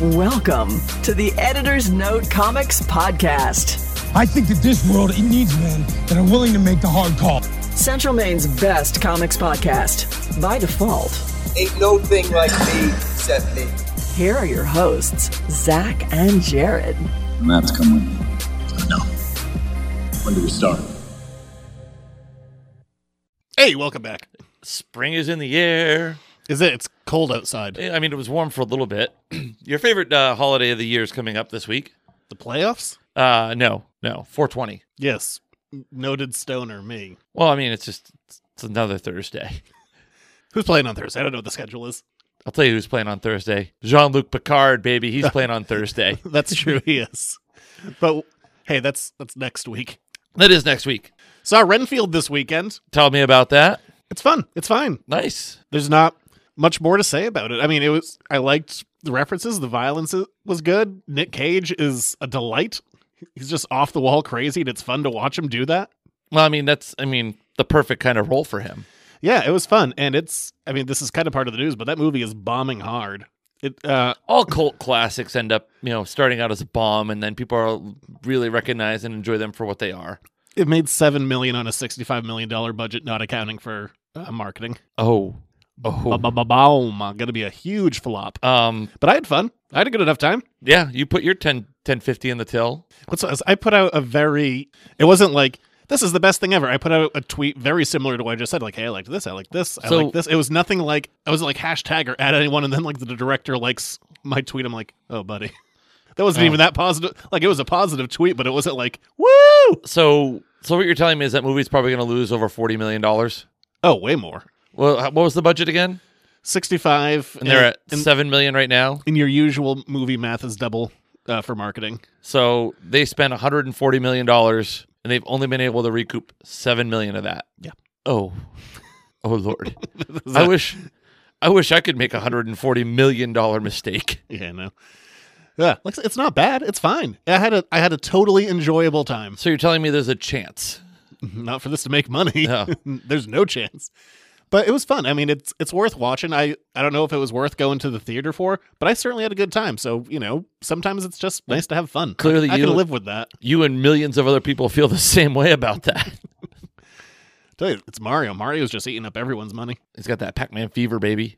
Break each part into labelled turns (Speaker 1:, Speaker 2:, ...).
Speaker 1: Welcome to the Editor's Note Comics Podcast,
Speaker 2: I think that this world it needs men that are willing to make the hard call.
Speaker 1: Central Maine's best comics podcast. By default,
Speaker 3: Ain't no thing like me, except me.
Speaker 1: here are your hosts, Zach and Jared.
Speaker 4: Maps come with me. No. When do we start?
Speaker 5: Hey, welcome back.
Speaker 6: Spring is in the air.
Speaker 5: Is it? It's cold outside.
Speaker 6: I mean, it was warm for a little bit. Your favorite uh, holiday of the year is coming up this week.
Speaker 5: The playoffs?
Speaker 6: Uh, no, no, 420.
Speaker 5: Yes. Noted stoner, me.
Speaker 6: Well, I mean, it's just it's another Thursday.
Speaker 5: Who's playing on Thursday? I don't know what the schedule is.
Speaker 6: I'll tell you who's playing on Thursday. Jean Luc Picard, baby, he's playing on Thursday.
Speaker 5: That's true, he is. But hey, that's that's next week.
Speaker 6: That is next week.
Speaker 5: Saw Renfield this weekend.
Speaker 6: Tell me about that.
Speaker 5: It's fun. It's fine.
Speaker 6: Nice.
Speaker 5: There's not much more to say about it. I mean, it was I liked the references, the violence i- was good. Nick Cage is a delight. He's just off the wall crazy, and it's fun to watch him do that.
Speaker 6: Well, I mean, that's I mean the perfect kind of role for him.
Speaker 5: Yeah, it was fun, and it's I mean, this is kind of part of the news, but that movie is bombing hard. It uh
Speaker 6: All cult classics end up, you know, starting out as a bomb, and then people are really recognize and enjoy them for what they are.
Speaker 5: it made seven million on a sixty-five million dollar budget, not accounting for uh, marketing.
Speaker 6: Oh, oh,
Speaker 5: Ba-ba-ba-boom. uh, Gonna be a huge flop.
Speaker 6: um,
Speaker 5: But I had fun. I had a good enough time.
Speaker 6: yeah. You put your 10, 1050 in the till.
Speaker 5: What's I put out a very. It wasn't like this is the best thing ever. I put out a tweet very similar to what I just said. Like, hey, I liked this. I like this. I
Speaker 6: So-
Speaker 5: like this. It was nothing like I wasn't like hashtag or add anyone. And then like the director likes my tweet. I'm like, oh buddy, that wasn't even that positive. Like it was a positive tweet, but it wasn't like woo.
Speaker 6: So, so what you're telling me is that movie's probably going to lose over forty million dollars.
Speaker 5: Oh, way more.
Speaker 6: Well, h- what was the budget again?
Speaker 5: Sixty-five,
Speaker 6: And they're at
Speaker 5: and-
Speaker 6: seven million right now.
Speaker 5: in your usual movie math is double uh, for marketing.
Speaker 6: So they spent one hundred and forty million dollars, and they've only been able to recoup seven million of that.
Speaker 5: Yeah.
Speaker 6: Oh, oh Lord, I wish, I wish I could make a hundred and forty million dollar mistake.
Speaker 5: Yeah, no. Yeah, like it's not bad. It's fine. I had a I had a totally enjoyable time.
Speaker 6: So you're telling me there's a chance?
Speaker 5: Not for this to make money.
Speaker 6: No.
Speaker 5: There's no chance. But it was fun. I mean, it's it's worth watching. I I don't know if it was worth going to the theater for, but I certainly had a good time. So you know, sometimes it's just nice to have fun.
Speaker 6: Clearly
Speaker 5: I,
Speaker 6: you-
Speaker 5: can live with that.
Speaker 6: You and millions of other people feel the same way about that.
Speaker 5: tell you, it's Mario. Mario's just eating up everyone's money.
Speaker 6: He's got that Pac-Man fever, baby.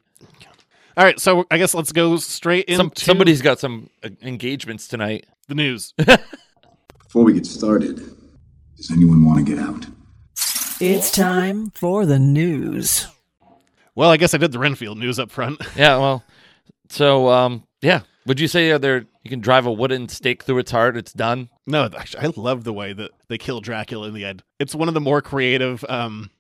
Speaker 5: All right, so I guess let's go straight into
Speaker 6: Some, somebody's got some uh, engagements tonight.
Speaker 5: the news.
Speaker 4: Before we get started, does anyone want to get out?
Speaker 1: It's time for the news.
Speaker 5: well, I guess I did the Renfield news up front.
Speaker 6: Yeah, well, so um, yeah. Would you say are there you can drive a wooden stake through its heart? It's done.
Speaker 5: No, actually, I love the way that they kill Dracula in the end. It's one of the more creative um,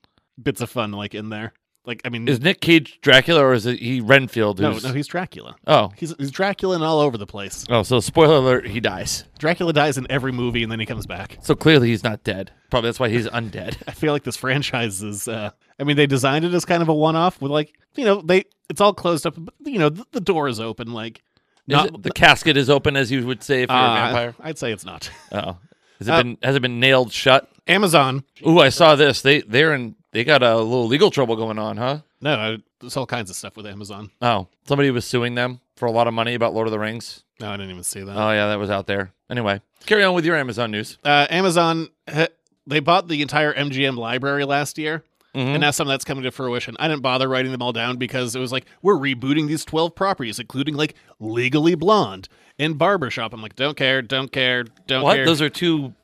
Speaker 5: bits of fun, like in there. Like, I mean,
Speaker 6: Is Nick Cage Dracula or is it he Renfield?
Speaker 5: no,
Speaker 6: who's-
Speaker 5: no, he's Dracula.
Speaker 6: oh,
Speaker 5: He's he's Dracula and all over the place.
Speaker 6: oh. So spoiler alert, he dies.
Speaker 5: Dracula dies in every movie, and then he comes back.
Speaker 6: So clearly he's not dead. Probably that's why he's undead.
Speaker 5: I feel like this franchise is. Uh, I mean, they designed it as kind of a one-off with like you know they it's all closed up. But, you know, the, the door is open. Like,
Speaker 6: Is
Speaker 5: not
Speaker 6: it- the casket is open, as you would say if you're
Speaker 5: uh,
Speaker 6: a vampire.
Speaker 5: I'd say it's not.
Speaker 6: Oh, has it
Speaker 5: uh,
Speaker 6: been has it been nailed shut?
Speaker 5: Amazon.
Speaker 6: Ooh, I saw this. They they're in they got a little legal trouble going on, huh?
Speaker 5: No, I, there's all kinds of stuff with Amazon.
Speaker 6: Oh, somebody was suing them for a lot of money about Lord of the Rings.
Speaker 5: No, I didn't even see that.
Speaker 6: Oh yeah, that was out there. Anyway, carry on with your Amazon news.
Speaker 5: uh, Amazon ha- they bought the entire MGM library last year.
Speaker 6: Mhm.
Speaker 5: And now some of that's coming to fruition. I didn't bother writing them all down because it was like we're rebooting these twelve properties, including like Legally Blonde and Barbershop. I'm like, don't care, don't care, don't
Speaker 6: What?
Speaker 5: care.
Speaker 6: Those are two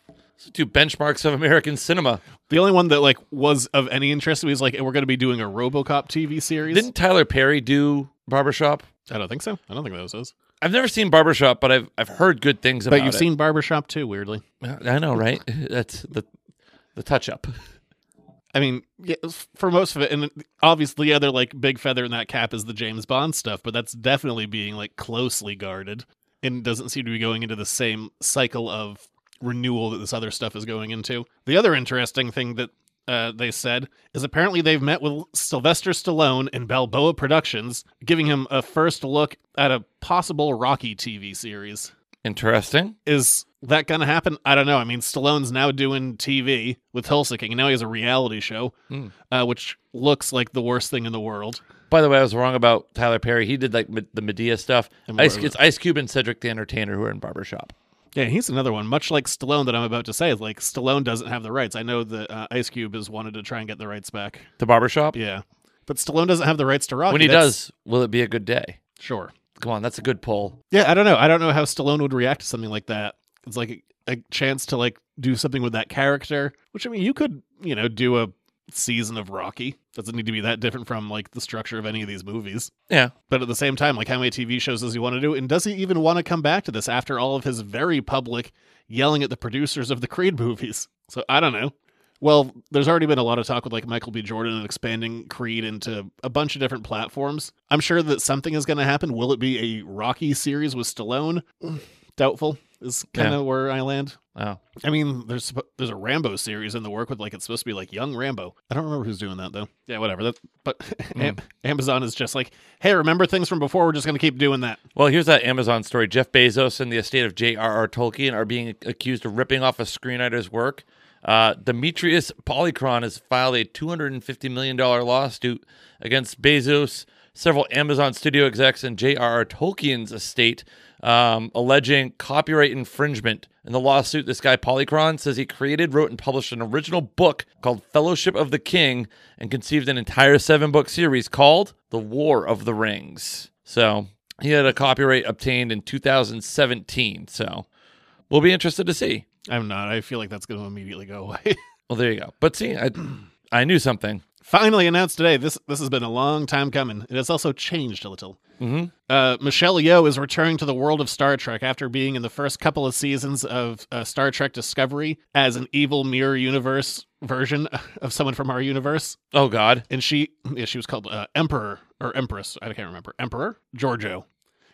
Speaker 6: two benchmarks of American cinema.
Speaker 5: the only one that like was of any interest to me was like we're going to be doing a RoboCop TV series.
Speaker 6: Didn't Tyler Perry do Barbershop?
Speaker 5: I don't think so. I don't think that was those.
Speaker 6: I've never seen Barbershop, but I've I've heard good things about
Speaker 5: But you've
Speaker 6: it.
Speaker 5: seen Barbershop too, weirdly.
Speaker 6: I know, right? That's the the touch up.
Speaker 5: I mean, yeah, f- for most of it, and obviously the other like big feather in that cap is the James Bond stuff, but that's definitely being like closely guarded and doesn't seem to be going into the same cycle of renewal that this other stuff is going into. The other interesting thing that uh, they said is apparently they've met with Sylvester Stallone in Balboa Productions, giving him a first look at a possible Rocky TV series.
Speaker 6: Interesting.
Speaker 5: Is that going to happen? I don't know. I mean, Stallone's now doing TV with Hellsicking, and now he has a reality show,
Speaker 6: Hmm.
Speaker 5: uh, which looks like the worst thing in the world.
Speaker 6: By the way, I was wrong about Tyler Perry. He did like Me- the Medea stuff.
Speaker 5: And
Speaker 6: Ice,
Speaker 5: what was
Speaker 6: it's Ice Cube and Cedric the Entertainer who are in Barbershop.
Speaker 5: Yeah, he's another one, much like Stallone that I'm about to say. Like, Stallone doesn't have the rights. I know that uh, Ice Cube has wanted to try and get the rights back.
Speaker 6: The Barbershop?
Speaker 5: Yeah. But Stallone doesn't have the rights to Rocky.
Speaker 6: When he
Speaker 5: That's-
Speaker 6: does, will it be a good day?
Speaker 5: Sure.
Speaker 6: Come on, that's a good pull.
Speaker 5: Yeah, I don't know. I don't know how Stallone would react to something like that. It's like a, a chance to like do something with that character, which I mean, you could, you know, do a season of Rocky. Doesn't need to be that different from like the structure of any of these movies.
Speaker 6: Yeah.
Speaker 5: But at the same time, like how many TV shows does he want to do? And does he even want to come back to this after all of his very public yelling at the producers of the Creed movies? So I don't know. Well, there's already been a lot of talk with like Michael B. Jordan and expanding Creed into a bunch of different platforms. I'm sure that something is going to happen. Will it be a Rocky series with Stallone? Doubtful is kind of
Speaker 6: Yeah.
Speaker 5: where I land.
Speaker 6: Oh.
Speaker 5: I mean, there's suppo- there's a Rambo series in the work with like it's supposed to be like young Rambo. I don't remember who's doing that though. Yeah, whatever. That, but Am- Amazon is just like, hey, remember things from before? We're just gonna keep doing that.
Speaker 6: Well, here's that Amazon story. Jeff Bezos and the estate of J.R.R. Tolkien are being accused of ripping off a screenwriter's work. Uh, Demetrius Polychron has filed a $250 million lawsuit against Bezos, several Amazon studio execs, and J.R.R. Tolkien's estate, um, alleging copyright infringement. In the lawsuit, this guy Polychron says he created, wrote, and published an original book called Fellowship of the King and conceived an entire seven book series called The War of the Rings. So he had a copyright obtained in 2017. So we'll be interested to see.
Speaker 5: I'm not. I feel like that's gonna immediately go away.
Speaker 6: Well, there you go. But see, I, I knew something.
Speaker 5: Finally announced today. This this has been a long time coming. It has also changed a little. Uh, Michelle Yeoh is returning to the world of Star Trek after being in the first couple of seasons of uh, Star Trek Discovery as an evil mirror universe version of someone from our universe.
Speaker 6: Oh, God.
Speaker 5: and she yeah, she was called uh, emperor or empress i can't remember emperor giorgio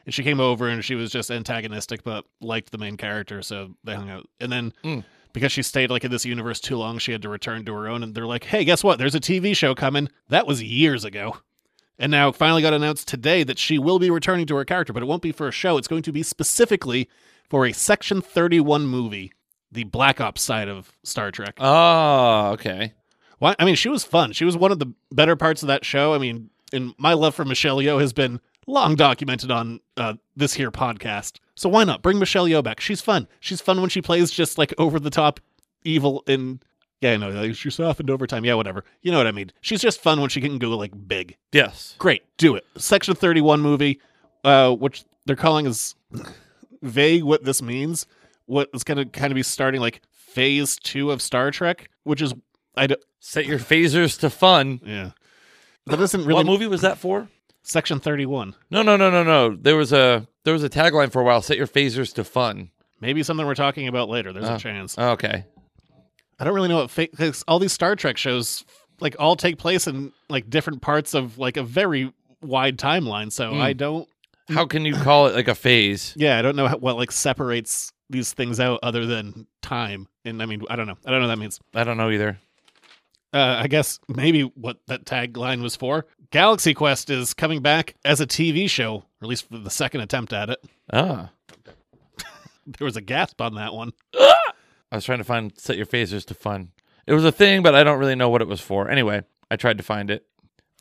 Speaker 5: and she came over and she was just antagonistic but liked the main character so they hung out and then because she stayed like in this universe too long she had to return to her own and they're like hey guess what there's a tv show coming that was years ago and now it finally got announced today that she will be returning to her character but it won't be for a show it's going to be specifically for a section 31 movie the black ops side of star trek
Speaker 6: Oh, okay.
Speaker 5: why? I mean, she was fun. She was one of the better parts of that show. I mean, and my love for Michelle Yeoh has been long documented on uh, this here podcast. So why not bring Michelle Yeoh back? She's fun. She's fun when she plays just like over the top evil and yeah, I know like, she softened over time. Yeah, whatever. You know what I mean? She's just fun when she can go like big.
Speaker 6: Yes.
Speaker 5: Great, do it. Section thirty-one movie, uh, which they're calling is vague. What this means? What is going to kind of be starting like phase two of Star Trek, which is I don't.
Speaker 6: Set your phasers to fun.
Speaker 5: Yeah. That doesn't
Speaker 6: What
Speaker 5: really
Speaker 6: movie was that for?
Speaker 5: Section 31.
Speaker 6: No, no, no, no, no. There was a there was a tagline for a while. Set your phasers to fun.
Speaker 5: Maybe something we're talking about later. There's
Speaker 6: Oh.
Speaker 5: a chance.
Speaker 6: Okay.
Speaker 5: I don't really know what fa- 'cause all these Star Trek shows like all take place in like different parts of like a very wide timeline. So I don't
Speaker 6: How can you call it like a phase?
Speaker 5: yeah, I don't know how, what like separates these things out other than time. And I mean, I don't know. I don't know what that means.
Speaker 6: I don't know either.
Speaker 5: Uh, I guess maybe what that tagline was for. Galaxy Quest is coming back as a TV show, or at least for the second attempt at it.
Speaker 6: Ah.
Speaker 5: There was a gasp on that one.
Speaker 6: I was trying to find set your phasers to fun. It was a thing, but I don't really know what it was for. Anyway, I tried to find it,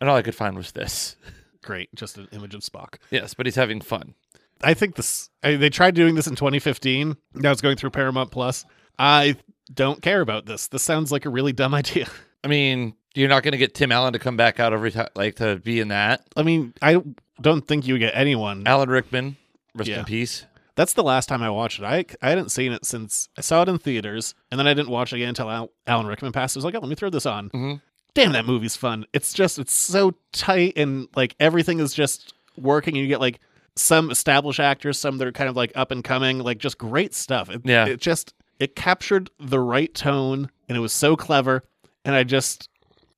Speaker 6: and all I could find was this.
Speaker 5: Great, just an image of Spock.
Speaker 6: Yes, but he's having fun.
Speaker 5: I think this. I, they tried doing this in 2015. Now it's going through Paramount Plus. I don't care about this. This sounds like a really dumb idea.
Speaker 6: I mean, you're not going to get Tim Allen to come back out every time, like to be in that.
Speaker 5: I mean, I don't think you get anyone.
Speaker 6: Alan Rickman, rest
Speaker 5: Yeah.
Speaker 6: in peace.
Speaker 5: That's the last time I watched it. I I hadn't seen it since I saw it in theaters, and then I didn't watch it again until Al, Alan Rickman passed. I was like, oh, let me throw this on.
Speaker 6: Mm-hmm.
Speaker 5: Damn, that movie's fun. It's just it's so tight and like everything is just working, and you get like some established actors, some that are kind of like up and coming, like just great stuff. It,
Speaker 6: Yeah.
Speaker 5: it just it captured the right tone, and it was so clever. And I just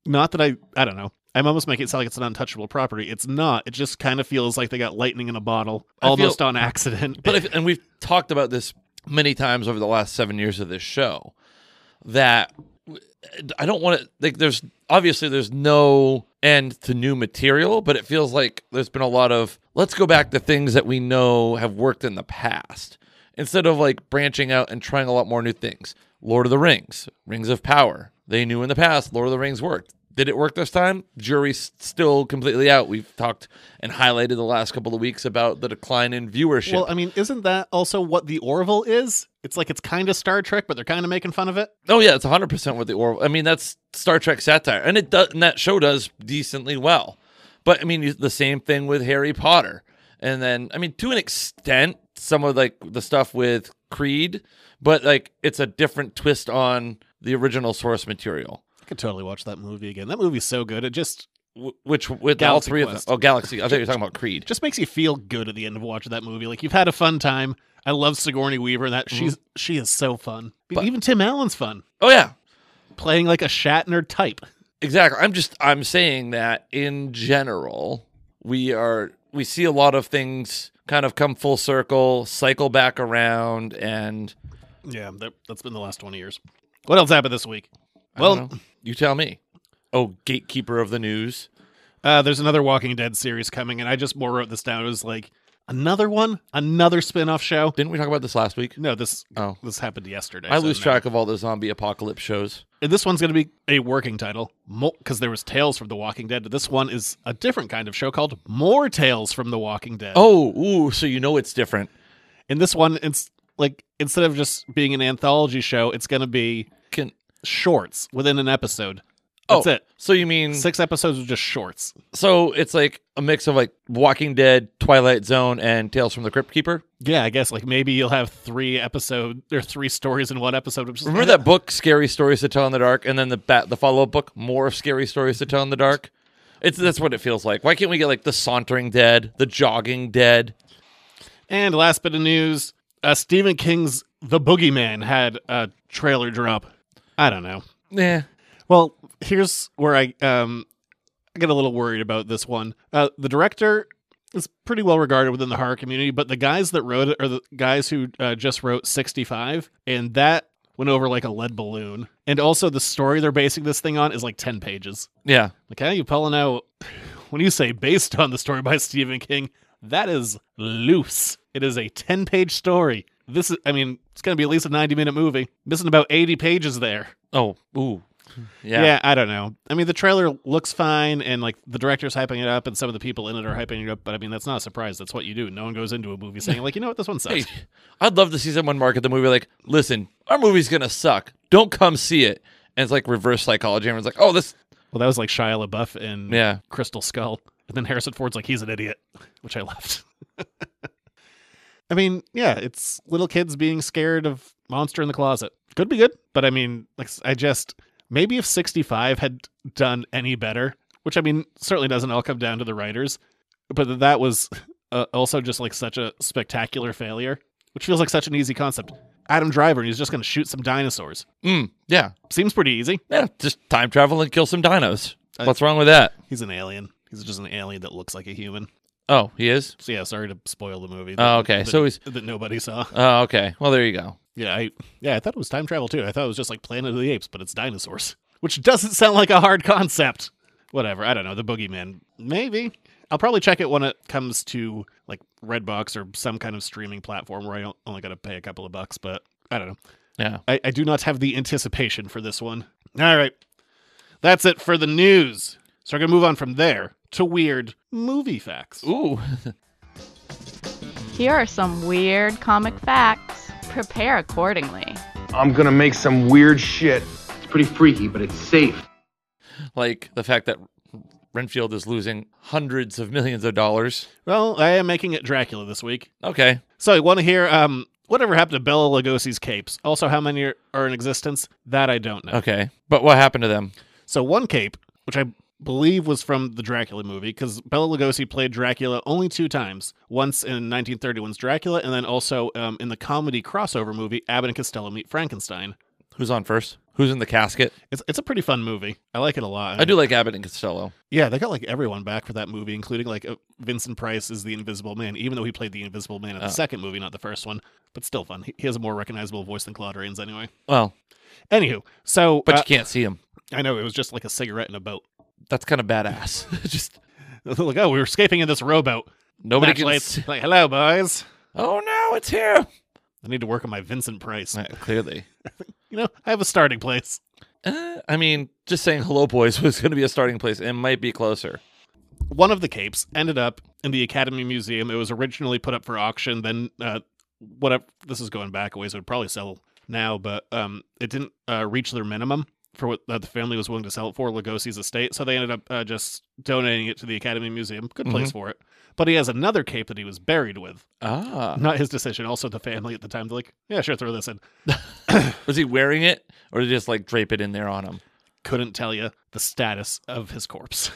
Speaker 5: not that I I don't know. I'm almost making it sound like it's an untouchable property. It's not. It just kind of feels like they got lightning in a bottle,
Speaker 6: I feel-
Speaker 5: almost on accident.
Speaker 6: But if, and we've talked about this many times over the last seven years of this show that w- I don't want to like. There's obviously there's no end to new material, but it feels like there's been a lot of let's go back to things that we know have worked in the past. instead of like branching out and trying a lot more new things. Lord of the Rings, Rings of Power. They knew in the past Lord of the Rings worked. Did it work this time? Jury's still completely out. We've talked and highlighted the last couple of weeks about the decline in viewership.
Speaker 5: Well, I mean, isn't that also what the Orville is? It's like it's kind of Star Trek, but they're kind of making fun of it.
Speaker 6: Oh yeah, it's 100 percent with the Orville. I mean, that's Star Trek satire, and it does, and that show does decently well. But I mean, you- the same thing with Harry Potter, and then I mean, to an extent, some of like the stuff with Creed, but like it's a different twist on the original source material.
Speaker 5: I could totally watch that movie again. That movie's so good. It just
Speaker 6: wh- Which with all
Speaker 5: Galaxy
Speaker 6: three of
Speaker 5: Quest.
Speaker 6: them. Oh, Galaxy! I thought you were talking about Creed.
Speaker 5: just makes you feel good at the end of watching that movie. Like you've had a fun time. I love Sigourney Weaver. and That she's she is so fun.
Speaker 6: But-
Speaker 5: Even Tim Allen's fun
Speaker 6: Oh yeah,
Speaker 5: playing like a Shatner type.
Speaker 6: Exactly. I'm just I'm saying that in general, we are we see a lot of things kind of come full circle, cycle back around, and
Speaker 5: Yeah, that, that's been the last twenty years. What else happened this week?
Speaker 6: I
Speaker 5: Well,
Speaker 6: don't know. you tell me. Oh, gatekeeper of the news.
Speaker 5: Uh, there's another Walking Dead series coming, and I just more wrote this down. It was like another one, another spin-off show.
Speaker 6: Didn't we talk about this last week?
Speaker 5: No, this
Speaker 6: Oh.
Speaker 5: this happened yesterday.
Speaker 6: I
Speaker 5: so
Speaker 6: lose
Speaker 5: no.
Speaker 6: track of all the zombie apocalypse shows.
Speaker 5: And this one's going to be a working title because there was Tales from the Walking Dead. This one is a different kind of show called More Tales from the Walking Dead.
Speaker 6: Oh, ooh, so you know it's different.
Speaker 5: and this one it's like instead of just being an anthology show, it's going to be
Speaker 6: Can
Speaker 5: shorts within an episode. That's
Speaker 6: oh,
Speaker 5: it.
Speaker 6: So you mean
Speaker 5: Six episodes of just shorts.
Speaker 6: so it's like a mix of like Walking Dead, Twilight Zone, and Tales from the Crypt Keeper?
Speaker 5: Yeah, I guess like maybe you'll have three episode or three stories in one episode. which is-
Speaker 6: Remember that book, Scary Stories to Tell in the Dark, and then the bat, the follow up book, More Scary Stories to Tell in the Dark. It's that's what it feels like. Why can't we get like the sauntering dead, the jogging dead?
Speaker 5: And last bit of news uh, Stephen King's The Boogeyman had a trailer drop. I don't know.
Speaker 6: Yeah,
Speaker 5: Well, here's where I um I get a little worried about this one. Uh, the director is pretty well regarded within the horror community, but the guys that wrote it are the guys who uh, just wrote 65, and that went over like a lead balloon. And also, the story they're basing this thing on is like 10 pages.
Speaker 6: yeah.
Speaker 5: Like, how you pulling out when you say based on the story by Stephen King, that is loose. It is a 10 page story. This is, I mean, it's going to be at least a 90 minute movie. Missing about 80 pages there.
Speaker 6: Oh, ooh, yeah.
Speaker 5: Yeah. I don't know. I mean, the trailer looks fine, and like the director's hyping it up, and some of the people in it are hyping it up, but I mean, that's not a surprise. That's what you do. No one goes into a movie saying, like, you know what, this one
Speaker 6: Hey,
Speaker 5: sucks.
Speaker 6: I'd love to see someone market the movie like, listen, our movie's gonna suck. Don't come see it. And it's like reverse psychology. Everyone's like, oh, this.
Speaker 5: Well, that was like Shia LaBeouf in
Speaker 6: Yeah.
Speaker 5: Crystal Skull. And then Harrison Ford's like, he's an idiot, which I loved. I mean, yeah, it's little kids being scared of Monster in the Closet. Could be good, but I mean, like, I just, maybe if 65 had done any better, which I mean, certainly doesn't all come down to the writers, but that was uh, also just like such a spectacular failure, which feels like such an easy concept. Adam Driver, and he's just going to shoot some dinosaurs.
Speaker 6: Mm, yeah,
Speaker 5: Seems pretty easy.
Speaker 6: yeah. Just time travel and kill some dinos.
Speaker 5: I-
Speaker 6: What's wrong with that?
Speaker 5: He's an alien. He's just an alien that looks like a human.
Speaker 6: Oh, he is.
Speaker 5: So yeah, sorry to spoil the movie.
Speaker 6: Oh, okay.
Speaker 5: that-
Speaker 6: So he's.
Speaker 5: that nobody saw.
Speaker 6: Oh, okay. Well, there you go.
Speaker 5: Yeah, I yeah, I thought it was time travel too. I thought it was just like Planet of the Apes, but it's dinosaurs, which doesn't sound like a hard concept. Whatever, I don't know. The Boogeyman, maybe. I'll probably check it when it comes to like Redbox or some kind of streaming platform where I don't, only got to pay a couple of bucks. But I don't know.
Speaker 6: Yeah.
Speaker 5: I, I do not have the anticipation for this one. All right, that's it for the news. So we're gonna move on from there to weird movie facts.
Speaker 6: Ooh.
Speaker 7: Here are some weird comic facts. Prepare accordingly.
Speaker 8: I'm gonna make some weird shit. It's pretty freaky, but it's safe.
Speaker 6: like the fact that Renfield is losing hundreds of millions of dollars.
Speaker 5: Well, I am making it Dracula this week.
Speaker 6: Okay.
Speaker 5: So you want to hear um whatever happened to Bella Lugosi's capes? Also, how many are, are in existence? That I don't know.
Speaker 6: Okay. But what happened to them?
Speaker 5: So one cape, which I believe was from the Dracula movie, because Bella Lugosi played Dracula only two times. Once in 1931's Dracula, and then also um, in the comedy crossover movie Abbott and Costello Meet Frankenstein.
Speaker 6: Who's on first? Who's in the casket?
Speaker 5: It's it's a pretty fun movie. I like it a lot.
Speaker 6: I do like Abbott and Costello.
Speaker 5: Yeah, they got like everyone back for that movie, including like uh, Vincent Price is the Invisible Man, even though he played the Invisible Man in the
Speaker 6: Oh.
Speaker 5: second movie, not the first one. But still fun. He, he has a more recognizable voice than Claude Rains, anyway.
Speaker 6: Well,
Speaker 5: Anywho, so
Speaker 6: but
Speaker 5: uh,
Speaker 6: you can't see him.
Speaker 5: I know it was just like a cigarette in a boat.
Speaker 6: That's kind of badass. Just
Speaker 5: like, oh, we were escaping in this rowboat.
Speaker 6: nobody can.
Speaker 5: Flashlights.
Speaker 6: See.
Speaker 5: Like, hello, boys.
Speaker 6: Oh no, it's here.
Speaker 5: I need to work on my Vincent Price.
Speaker 6: Uh, clearly.
Speaker 5: You know, I have a starting place.
Speaker 6: Uh, I mean, just saying hello, boys was going to be a starting place and might be closer.
Speaker 5: One of the capes ended up in the Academy Museum. It was originally put up for auction. Then, uh, whatever. This is going back a ways. It would probably sell now, but um, it didn't uh, reach their minimum for what that the family was willing to sell it for. Lugosi's estate, so they ended up uh, just donating it to the Academy Museum. Good place
Speaker 6: Mm-hmm.
Speaker 5: for it. But he has another cape that he was buried with.
Speaker 6: Ah.
Speaker 5: Not his decision. Also, the family at the time, they're like, yeah, sure, throw this in.
Speaker 6: Was he wearing it or did he just like drape it in there on him?
Speaker 5: Couldn't tell you the status of his corpse.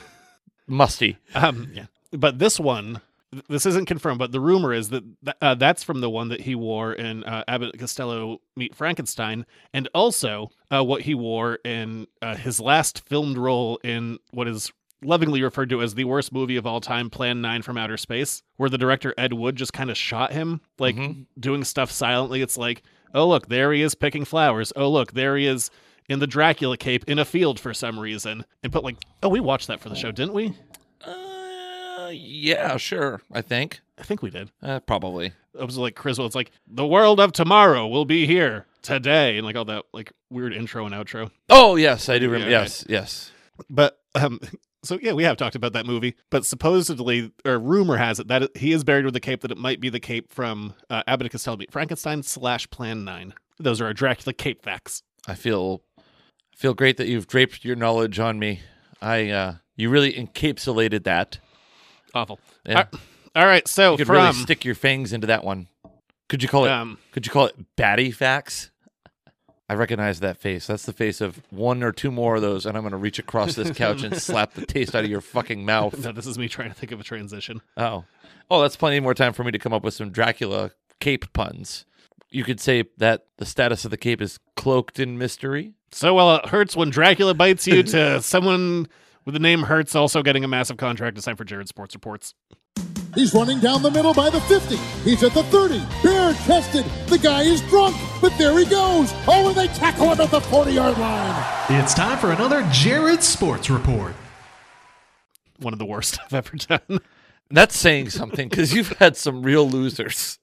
Speaker 6: Musty.
Speaker 5: Um, yeah. But this one, th- this isn't confirmed, but the rumor is that th- uh, that's from the one that he wore in uh, Abbott and Costello Meet Frankenstein, and also uh, what he wore in uh, his last filmed role in what is lovingly referred to as the worst movie of all time, Plan 9 from Outer Space, where the director Ed Wood just kind of shot him, like doing stuff silently. It's like, oh, look, there he is picking flowers. Oh, look, there he is. In the Dracula cape in a field for some reason, and put like, oh, we watched that for the show, didn't we?
Speaker 6: Uh, yeah, sure. I think.
Speaker 5: I think we did.
Speaker 6: Uh, probably.
Speaker 5: I was like Criswell. It's like the world of tomorrow will be here today, and like all that like weird intro and outro.
Speaker 6: Oh, yes. I do remember.
Speaker 5: Yeah,
Speaker 6: yes. Yes.
Speaker 5: But um, so yeah, we have talked about that movie. But supposedly, or rumor has it that it- he is buried with a cape that it might be the cape from uh, Abbott and Costello Meet Frankenstein slash Plan Nine. Those are our Dracula cape facts.
Speaker 6: I feel I feel great that you've draped your knowledge on me. I uh you really encapsulated that.
Speaker 5: Awful.
Speaker 6: Yeah.
Speaker 5: All- all right, so
Speaker 6: You could
Speaker 5: from
Speaker 6: really stick your fangs into that one. Could you call it
Speaker 5: Um,
Speaker 6: could you call it batty facts? I recognize that face. That's the face of one or two more of those, and I'm gonna reach across this couch and slap the taste out of your fucking mouth.
Speaker 5: no, this is me trying to think of a transition.
Speaker 6: Oh. Oh, that's plenty more time for me to come up with some Dracula cape puns. You could say that the status of the cape is cloaked in mystery.
Speaker 5: So while it hurts when Dracula bites you, to someone with the name Hurts also getting a massive contract to sign for Jared Sports Reports.
Speaker 9: He's running down the middle by the 50. He's at the 30. Bare chested. The guy is drunk, but there he goes. Oh, and they tackle him at the 40 yard line.
Speaker 10: It's time for another Jared Sports Report.
Speaker 5: One of the worst I've ever done.
Speaker 6: That's saying something because you've had some real losers.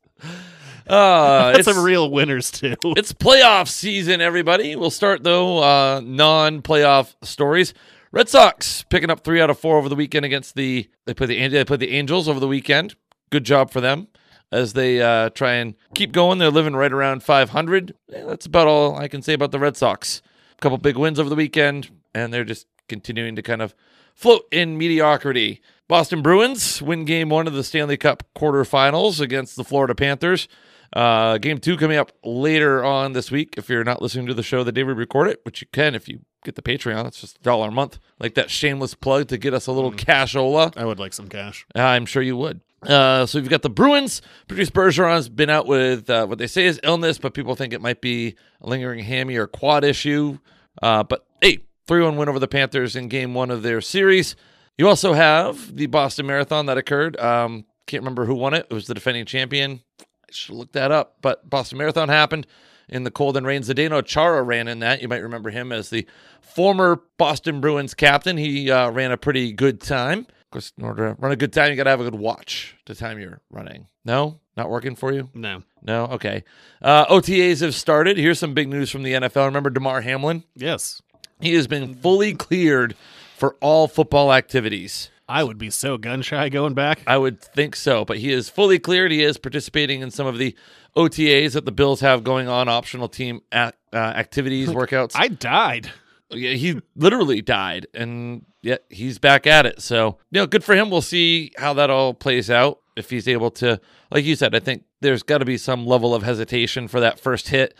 Speaker 6: Uh,
Speaker 5: That's
Speaker 6: it's,
Speaker 5: some real winners too.
Speaker 6: it's playoff season, everybody. We'll start though uh, non-playoff stories. Red Sox picking up three out of four over the weekend against the they put the An- they played the Angels over the weekend. Good job for them as they uh, try and keep going. They're living right around 500. Eh, That's about all I can say about the Red Sox. A couple big wins over the weekend, and they're just continuing to kind of float in mediocrity. Boston Bruins win game one of the Stanley Cup quarterfinals against the Florida Panthers. Uh, game two coming up later on this week. If you're not listening to the show the day we record it, which you can if you get the Patreon, it's just a dollar a month. Like that shameless plug to get us a little cashola.
Speaker 5: I would like some cash.
Speaker 6: I'm sure you would. Uh, so you've got the Bruins. Patrice Bergeron's been out with uh, what they say is illness, but people think it might be a lingering hammy or quad issue. Uh, but hey, 3 1 win over the Panthers in game one of their series. You also have the Boston Marathon that occurred. Um, can't remember who won it. It was the defending champion. I should look that up. But Boston Marathon happened in the cold and rain. Zdeno Chara ran in that. You might remember him as the former Boston Bruins captain. He uh, ran a pretty good time. Of course, in order to run a good time, you got to have a good watch to time you're running. No, not working for you.
Speaker 5: No.
Speaker 6: No, okay. Uh, OTAs have started. Here's some big news from the NFL. Remember Damar Hamlin?
Speaker 5: Yes.
Speaker 6: He has been fully cleared for all football activities.
Speaker 5: I would be so gun shy going back.
Speaker 6: I would think so, but he is fully cleared. He is participating in some of the OTAs that the Bills have going on, optional team ac- uh, activities, workouts.
Speaker 5: I died.
Speaker 6: Yeah, he literally died, and yet he's back at it. So, you know, good for him. We'll see how that all plays out. If he's able to, like you said, I think there's got to be some level of hesitation for that first hit.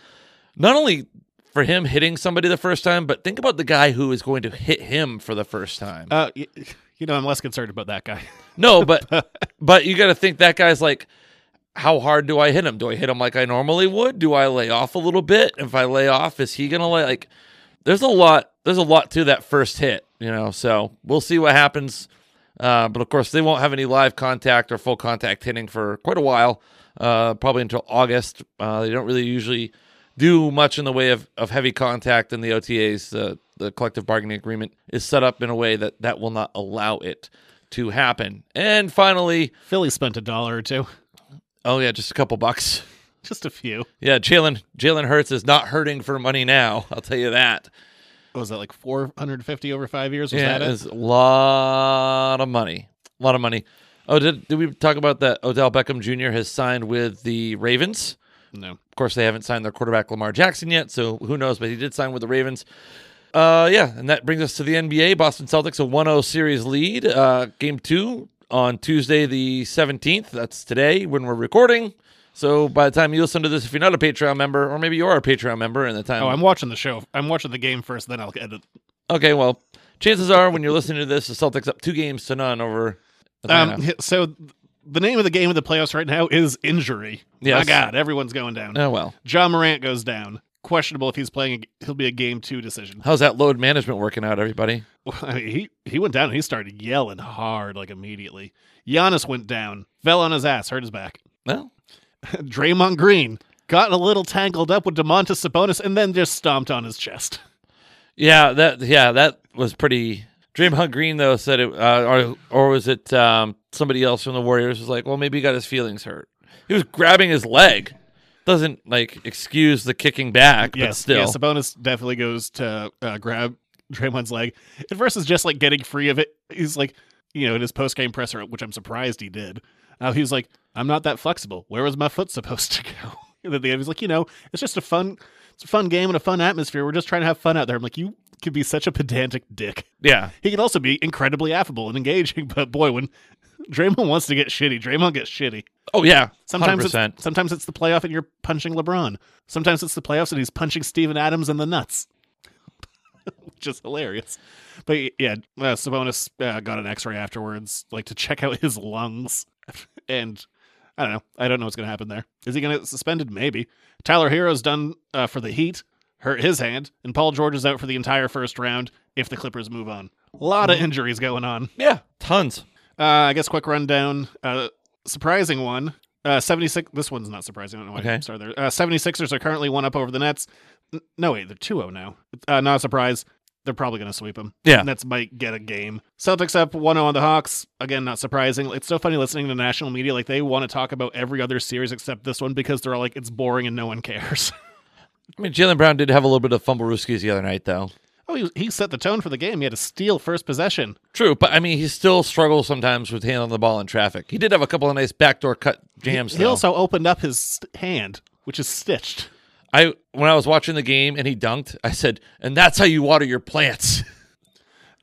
Speaker 6: Not only for him hitting somebody the first time, but think about the guy who is going to hit him for the first time.
Speaker 5: Uh, y- you know, I'm less concerned about that guy.
Speaker 6: No, but but you got to think that guy's like, how hard do I hit him? Do I hit him like I normally would? Do I lay off a little bit? If I lay off, is he gonna lay like? There's a lot. There's a lot to that first hit, you know. So we'll see what happens. Uh, but of course, they won't have any live contact or full contact hitting for quite a while, uh, probably until August. Uh, they don't really usually do much in the way of, of heavy contact in the OTAs. The the collective bargaining agreement is set up in a way that that will not allow it to happen. And finally,
Speaker 5: Philly spent a dollar or two.
Speaker 6: oh yeah, just a couple bucks.
Speaker 5: Just a few.
Speaker 6: Yeah, Jalen Jalen Hurts is not hurting for money now. I'll tell you that.
Speaker 5: What was that like 450 over five years? Was
Speaker 6: Yeah,
Speaker 5: that it?
Speaker 6: it's a lot of money. A lot of money. Oh, did did we talk about that? Odell Beckham Jr. has signed with the Ravens.
Speaker 5: No.
Speaker 6: Of course, they haven't signed their quarterback Lamar Jackson yet, so who knows? But he did sign with the Ravens. Uh, yeah, and that brings us to the NBA. Boston Celtics a 1-0 series lead. Uh, game two on Tuesday the 17th. That's today when we're recording. So by the time you listen to this, if you're not a Patreon member, or maybe you are a Patreon member, and the time
Speaker 5: Oh, I'm watching the show. I'm watching the game first, then I'll edit.
Speaker 6: Okay, well, chances are when you're listening to this, the Celtics up two games to none over.
Speaker 5: Um,
Speaker 6: Atlanta.
Speaker 5: hi- so th- the name of the game of the playoffs right now is injury. My
Speaker 6: Yes.
Speaker 5: God, everyone's going down.
Speaker 6: oh well,
Speaker 5: John Morant goes down. Questionable if he's playing. a- He'll be a game two decision.
Speaker 6: how's that load management working out, everybody?
Speaker 5: I mean, he he went down and he started yelling hard like immediately. Giannis went down, fell on his ass, hurt his back.
Speaker 6: Well,
Speaker 5: Draymond Green got a little tangled up with Demontis Sabonis and then just stomped on his chest.
Speaker 6: yeah, that yeah, that was pretty. Draymond Green though said it, uh, or or was it um, somebody else from the Warriors was like, well, maybe he got his feelings hurt. He was grabbing his leg. Doesn't like excuse the kicking back, but
Speaker 5: yes,
Speaker 6: still,
Speaker 5: yes, Sabonis definitely goes to uh, grab Draymond's leg. And versus just like getting free of it, he's like, you know, in his post game presser, which I'm surprised he did. Uh, he was like, "I'm not that flexible. Where was my foot supposed to go?" And at the end, he's like, "You know, it's just a fun, it's a fun game and a fun atmosphere. We're just trying to have fun out there." I'm like, "You can be such a pedantic dick."
Speaker 6: yeah,
Speaker 5: He can also be incredibly affable and engaging, but boy, when Draymond wants to get shitty, Draymond gets shitty.
Speaker 6: oh yeah,
Speaker 5: Sometimes
Speaker 6: 100%.
Speaker 5: it's, sometimes it's the playoff and you're punching LeBron. Sometimes it's the playoffs and he's punching Steven Adams in the nuts, which is hilarious. But y- yeah, uh, Sabonis uh, got an X-ray afterwards, like to check out his lungs. and I don't know. I don't know what's going to happen there. Is he going to get suspended? Maybe. Tyler Hero's done uh, for the Heat, hurt his hand, and Paul George is out for the entire first round if the Clippers move on. A lot of injuries going on.
Speaker 6: yeah, tons.
Speaker 5: Uh, I guess quick rundown. Uh, surprising one. Uh, 76. This one's not surprising. I don't know why
Speaker 6: Okay.
Speaker 5: I'm sorry there. Uh, 76ers are currently one up over the Nets. N- no, wait, they're 2 0 now. Uh, not a surprise. They're probably going to sweep them.
Speaker 6: Yeah.
Speaker 5: Nets might get a game. Celtics up 1 0 on the Hawks. Again, not surprising. It's so funny listening to national media. Like, they want to talk about every other series except this one because they're all like, it's boring and no one cares.
Speaker 6: I mean, Jalen Brown did have a little bit of fumble rooskies the other night, though.
Speaker 5: oh, he, he set the tone for the game. He had a steal first possession.
Speaker 6: True, but I mean, he still struggles sometimes with handling the ball in traffic. He did have a couple of nice backdoor cut jams.
Speaker 5: He
Speaker 6: though.
Speaker 5: also opened up his st- hand, which is stitched.
Speaker 6: I when I was watching the game and he dunked, I said, "And that's how you water your plants."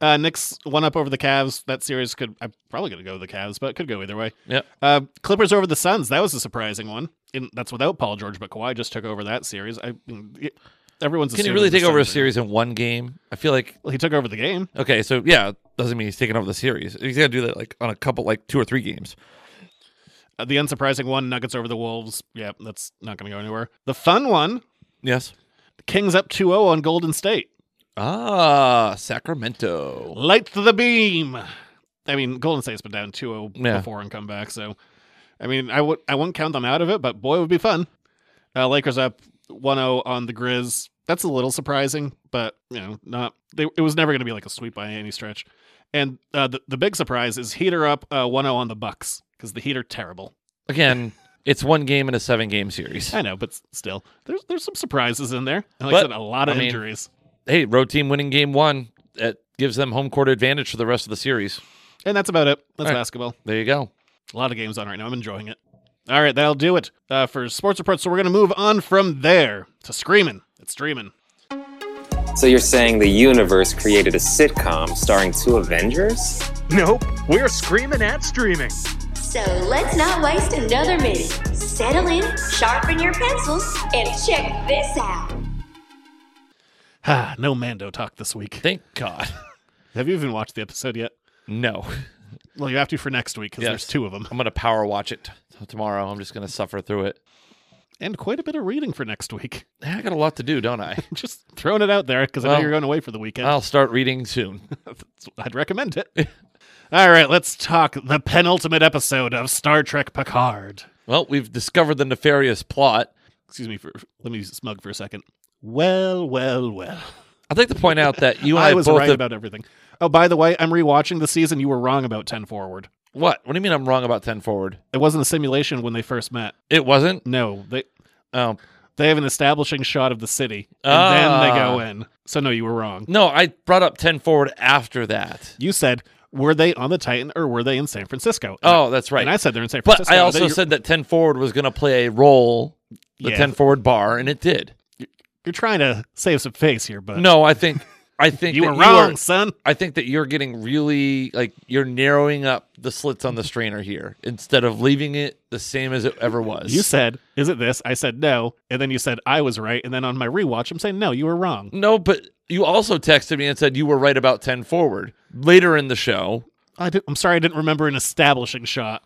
Speaker 5: Uh, Knicks one up over the Cavs. That series could I'm probably gonna go with the Cavs, but it could go either way.
Speaker 6: yep.
Speaker 5: Uh, Clippers over the Suns. That was a surprising one. And that's without Paul George, but Kawhi just took over that series. I it- everyone's
Speaker 6: Can he
Speaker 5: assuming
Speaker 6: really
Speaker 5: the
Speaker 6: take over a
Speaker 5: Suns are-
Speaker 6: series in one game? I feel like
Speaker 5: Well, he took over the game.
Speaker 6: okay, so yeah, doesn't mean he's taking over the series. He's got to do that like on a couple, like two or three games.
Speaker 5: Uh, the unsurprising one, Nuggets over the Wolves. Yeah, that's not gonna go anywhere. The fun one,
Speaker 6: Yes.
Speaker 5: Kings up 2-0 on Golden State.
Speaker 6: Ah, Sacramento.
Speaker 5: Light the beam. I mean, Golden State's been down 2-0
Speaker 6: Yeah.
Speaker 5: before and come back, so I mean, I would I wouldn't count them out of it, but boy, it would be fun. Uh, Lakers up 1-0 on the Grizz. That's a little surprising, but you know, not they, it was never going to be like a sweep by any stretch. And uh, the the big surprise is Heater up uh, 1-0 on the Bucks because the Heat are terrible.
Speaker 6: Again, it's one game in a seven-game series.
Speaker 5: I know, but s- still, there's there's some surprises in there. And like I
Speaker 6: But,
Speaker 5: said, a lot of
Speaker 6: I mean-
Speaker 5: injuries.
Speaker 6: Hey, road team winning game one. That gives them home court advantage for the rest of the series.
Speaker 5: And that's about it. That's
Speaker 6: All right.
Speaker 5: basketball.
Speaker 6: There you go.
Speaker 5: A lot of games on right now. I'm enjoying it. All right, that'll do it uh, for sports reports. So we're gonna move on from there to screaming. It's streaming.
Speaker 11: So you're saying the universe created a sitcom starring two Avengers?
Speaker 10: Nope, we're screaming at streaming.
Speaker 11: So let's not waste another minute. Settle in, sharpen your pencils, and check this out.
Speaker 5: Ah, no Mando talk this week.
Speaker 6: Thank God.
Speaker 5: Have you even watched the episode yet?
Speaker 6: No.
Speaker 5: Well, you have to for next week because there's
Speaker 6: Yes.
Speaker 5: two of them,
Speaker 6: I'm going to power watch it t- tomorrow. I'm just going to suffer through it.
Speaker 5: and quite a bit of reading for next week.
Speaker 6: I got a lot to do, don't I?
Speaker 5: Just throwing it out there because I know
Speaker 6: Well,
Speaker 5: you're going away for the weekend.
Speaker 6: I'll start reading soon.
Speaker 5: I'd recommend it. All right, let's talk the penultimate episode of Star Trek Picard.
Speaker 6: Well, we've discovered the nefarious plot.
Speaker 5: Excuse me for let me smug for a second. Well, well, well.
Speaker 6: I'd like to point out that you and I,
Speaker 5: I was
Speaker 6: both
Speaker 5: right
Speaker 6: have-
Speaker 5: about everything. Oh, by the way, I'm rewatching the season. You were wrong about Ten Forward.
Speaker 6: what? What do you mean I'm wrong about 10 forward?
Speaker 5: It wasn't a simulation when they first met.
Speaker 6: It wasn't?
Speaker 5: No, they
Speaker 6: Oh.
Speaker 5: They have an establishing shot of the city, and then they go
Speaker 6: Ah.
Speaker 5: in. So no, you were wrong.
Speaker 6: No, I brought up 10 forward after that.
Speaker 5: You said were they on the Titan or were they in San Francisco? And I-
Speaker 6: Oh, that's right.
Speaker 5: And I said they're in San Francisco.
Speaker 6: But I
Speaker 5: Then
Speaker 6: also
Speaker 5: you're-
Speaker 6: said that 10 forward was going to play a role, the
Speaker 5: Yeah.
Speaker 6: 10 forward bar, and it did.
Speaker 5: you're trying to save some face here, but
Speaker 6: No, I think I think
Speaker 5: you
Speaker 6: that
Speaker 5: were wrong,
Speaker 6: are-
Speaker 5: son.
Speaker 6: I think that you're getting really like you're narrowing up the slits on the strainer here instead of leaving it the same as it ever was.
Speaker 5: You said, "Is it this?" I said, "No," and then you said, "I was right." And then on my rewatch, I'm saying, "No, you were wrong."
Speaker 6: no, but you also texted me and said you were right about 10 forward later in the show.
Speaker 5: I did, I'm sorry, I didn't remember an establishing shot.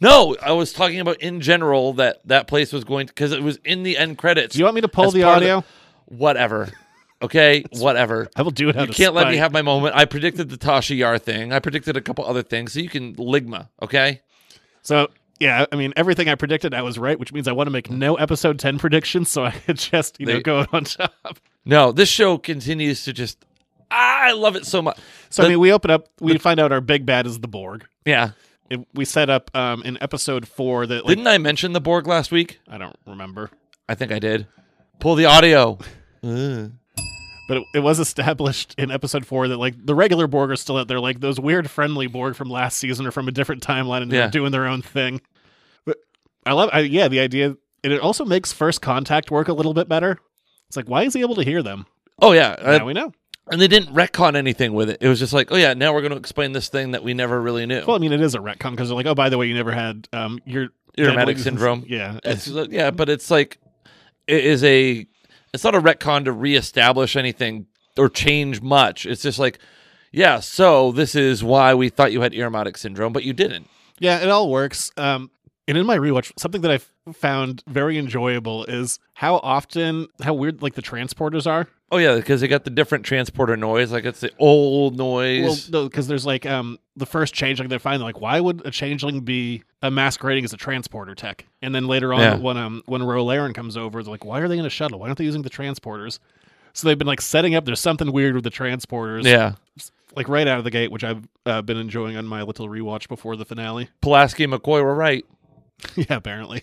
Speaker 6: No, I was talking about in general that that place was going because it was in the end credits.
Speaker 5: Do you want me to pull
Speaker 6: as
Speaker 5: the
Speaker 6: part of
Speaker 5: audio?
Speaker 6: whatever. Okay, whatever.
Speaker 5: I will do it.
Speaker 6: You
Speaker 5: out
Speaker 6: can't
Speaker 5: of
Speaker 6: let me
Speaker 5: spite.
Speaker 6: have my moment. I predicted the Tasha Yar thing. I predicted a couple other things. So you can ligma. Okay.
Speaker 5: So yeah, I mean everything I predicted I was right, which means I want to make no episode ten predictions, so I could just you know
Speaker 6: They-
Speaker 5: go on top.
Speaker 6: No, this show continues to just. ah, I love it so much.
Speaker 5: So I mean, we open up, we find out our big bad is the Borg.
Speaker 6: Yeah.
Speaker 5: It- we set up um in episode four that like
Speaker 6: Didn't I mention the Borg last week?
Speaker 5: I don't remember,
Speaker 6: I think I did. Pull the audio.
Speaker 5: but it, it was established in episode four that like the regular Borg are still out there, like those weird friendly Borg from last season are from a different timeline and
Speaker 6: Yeah.
Speaker 5: they're doing their own thing. But I love, I, yeah, the idea, and it also makes first contact work a little bit better. It's like, why is he able to hear them?
Speaker 6: Oh yeah,
Speaker 5: now
Speaker 6: Uh,
Speaker 5: we know.
Speaker 6: and they didn't retcon anything with it. It was just like, oh yeah, now we're going to explain this thing that we never really knew.
Speaker 5: Well, I mean, it is a retcon because they're like, oh, by the way, you never had um your
Speaker 6: Aromatic
Speaker 5: deadly-
Speaker 6: syndrome.
Speaker 5: Yeah,
Speaker 6: It's, yeah, but it's like it is a it's not a retcon to reestablish anything or change much. It's just like, yeah, so this is why we thought you had aromatic syndrome, but you didn't.
Speaker 5: Yeah, it all works. Um, and in my rewatch, something that I f- found very enjoyable is how often, how weird, like the transporters are.
Speaker 6: Oh yeah, because they got the different transporter noise, like it's the old
Speaker 5: Well,
Speaker 6: noise.
Speaker 5: no, because there's like um the first changeling they find, like why would a changeling be uh, masquerading as a transporter tech? And then later on,
Speaker 6: Yeah.
Speaker 5: when um when Rolaren comes over, they're like, why are they in a shuttle? Why aren't they using the transporters? So they've been like setting up. There's something weird with the transporters.
Speaker 6: yeah.
Speaker 5: like right out of the gate, which I've uh, been enjoying on my little rewatch before the finale.
Speaker 6: Pulaski and McCoy were right.
Speaker 5: yeah, apparently.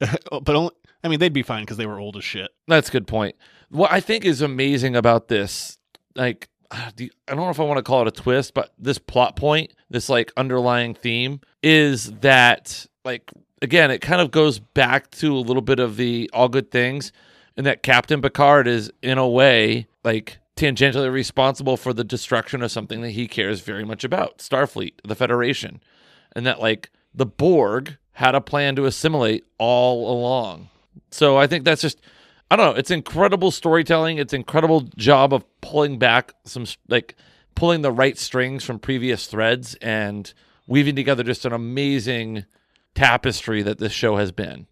Speaker 5: Oh, but only, I mean, they'd be fine because they were old as shit.
Speaker 6: That's a good point. What I think is amazing about this, like, ah, do- I don't know if I want to call it a twist, but this plot point, this like underlying theme, is that like again, it kind of goes back to a little bit of the all good things, and that Captain Picard is in a way like tangentially responsible for the destruction of something that he cares very much about, Starfleet, the Federation, and that like the Borg had a plan to assimilate all along. So I think that's just I don't know, it's incredible storytelling, it's incredible job of pulling back some s- like pulling the right strings from previous threads and weaving together just an amazing tapestry that this show has been.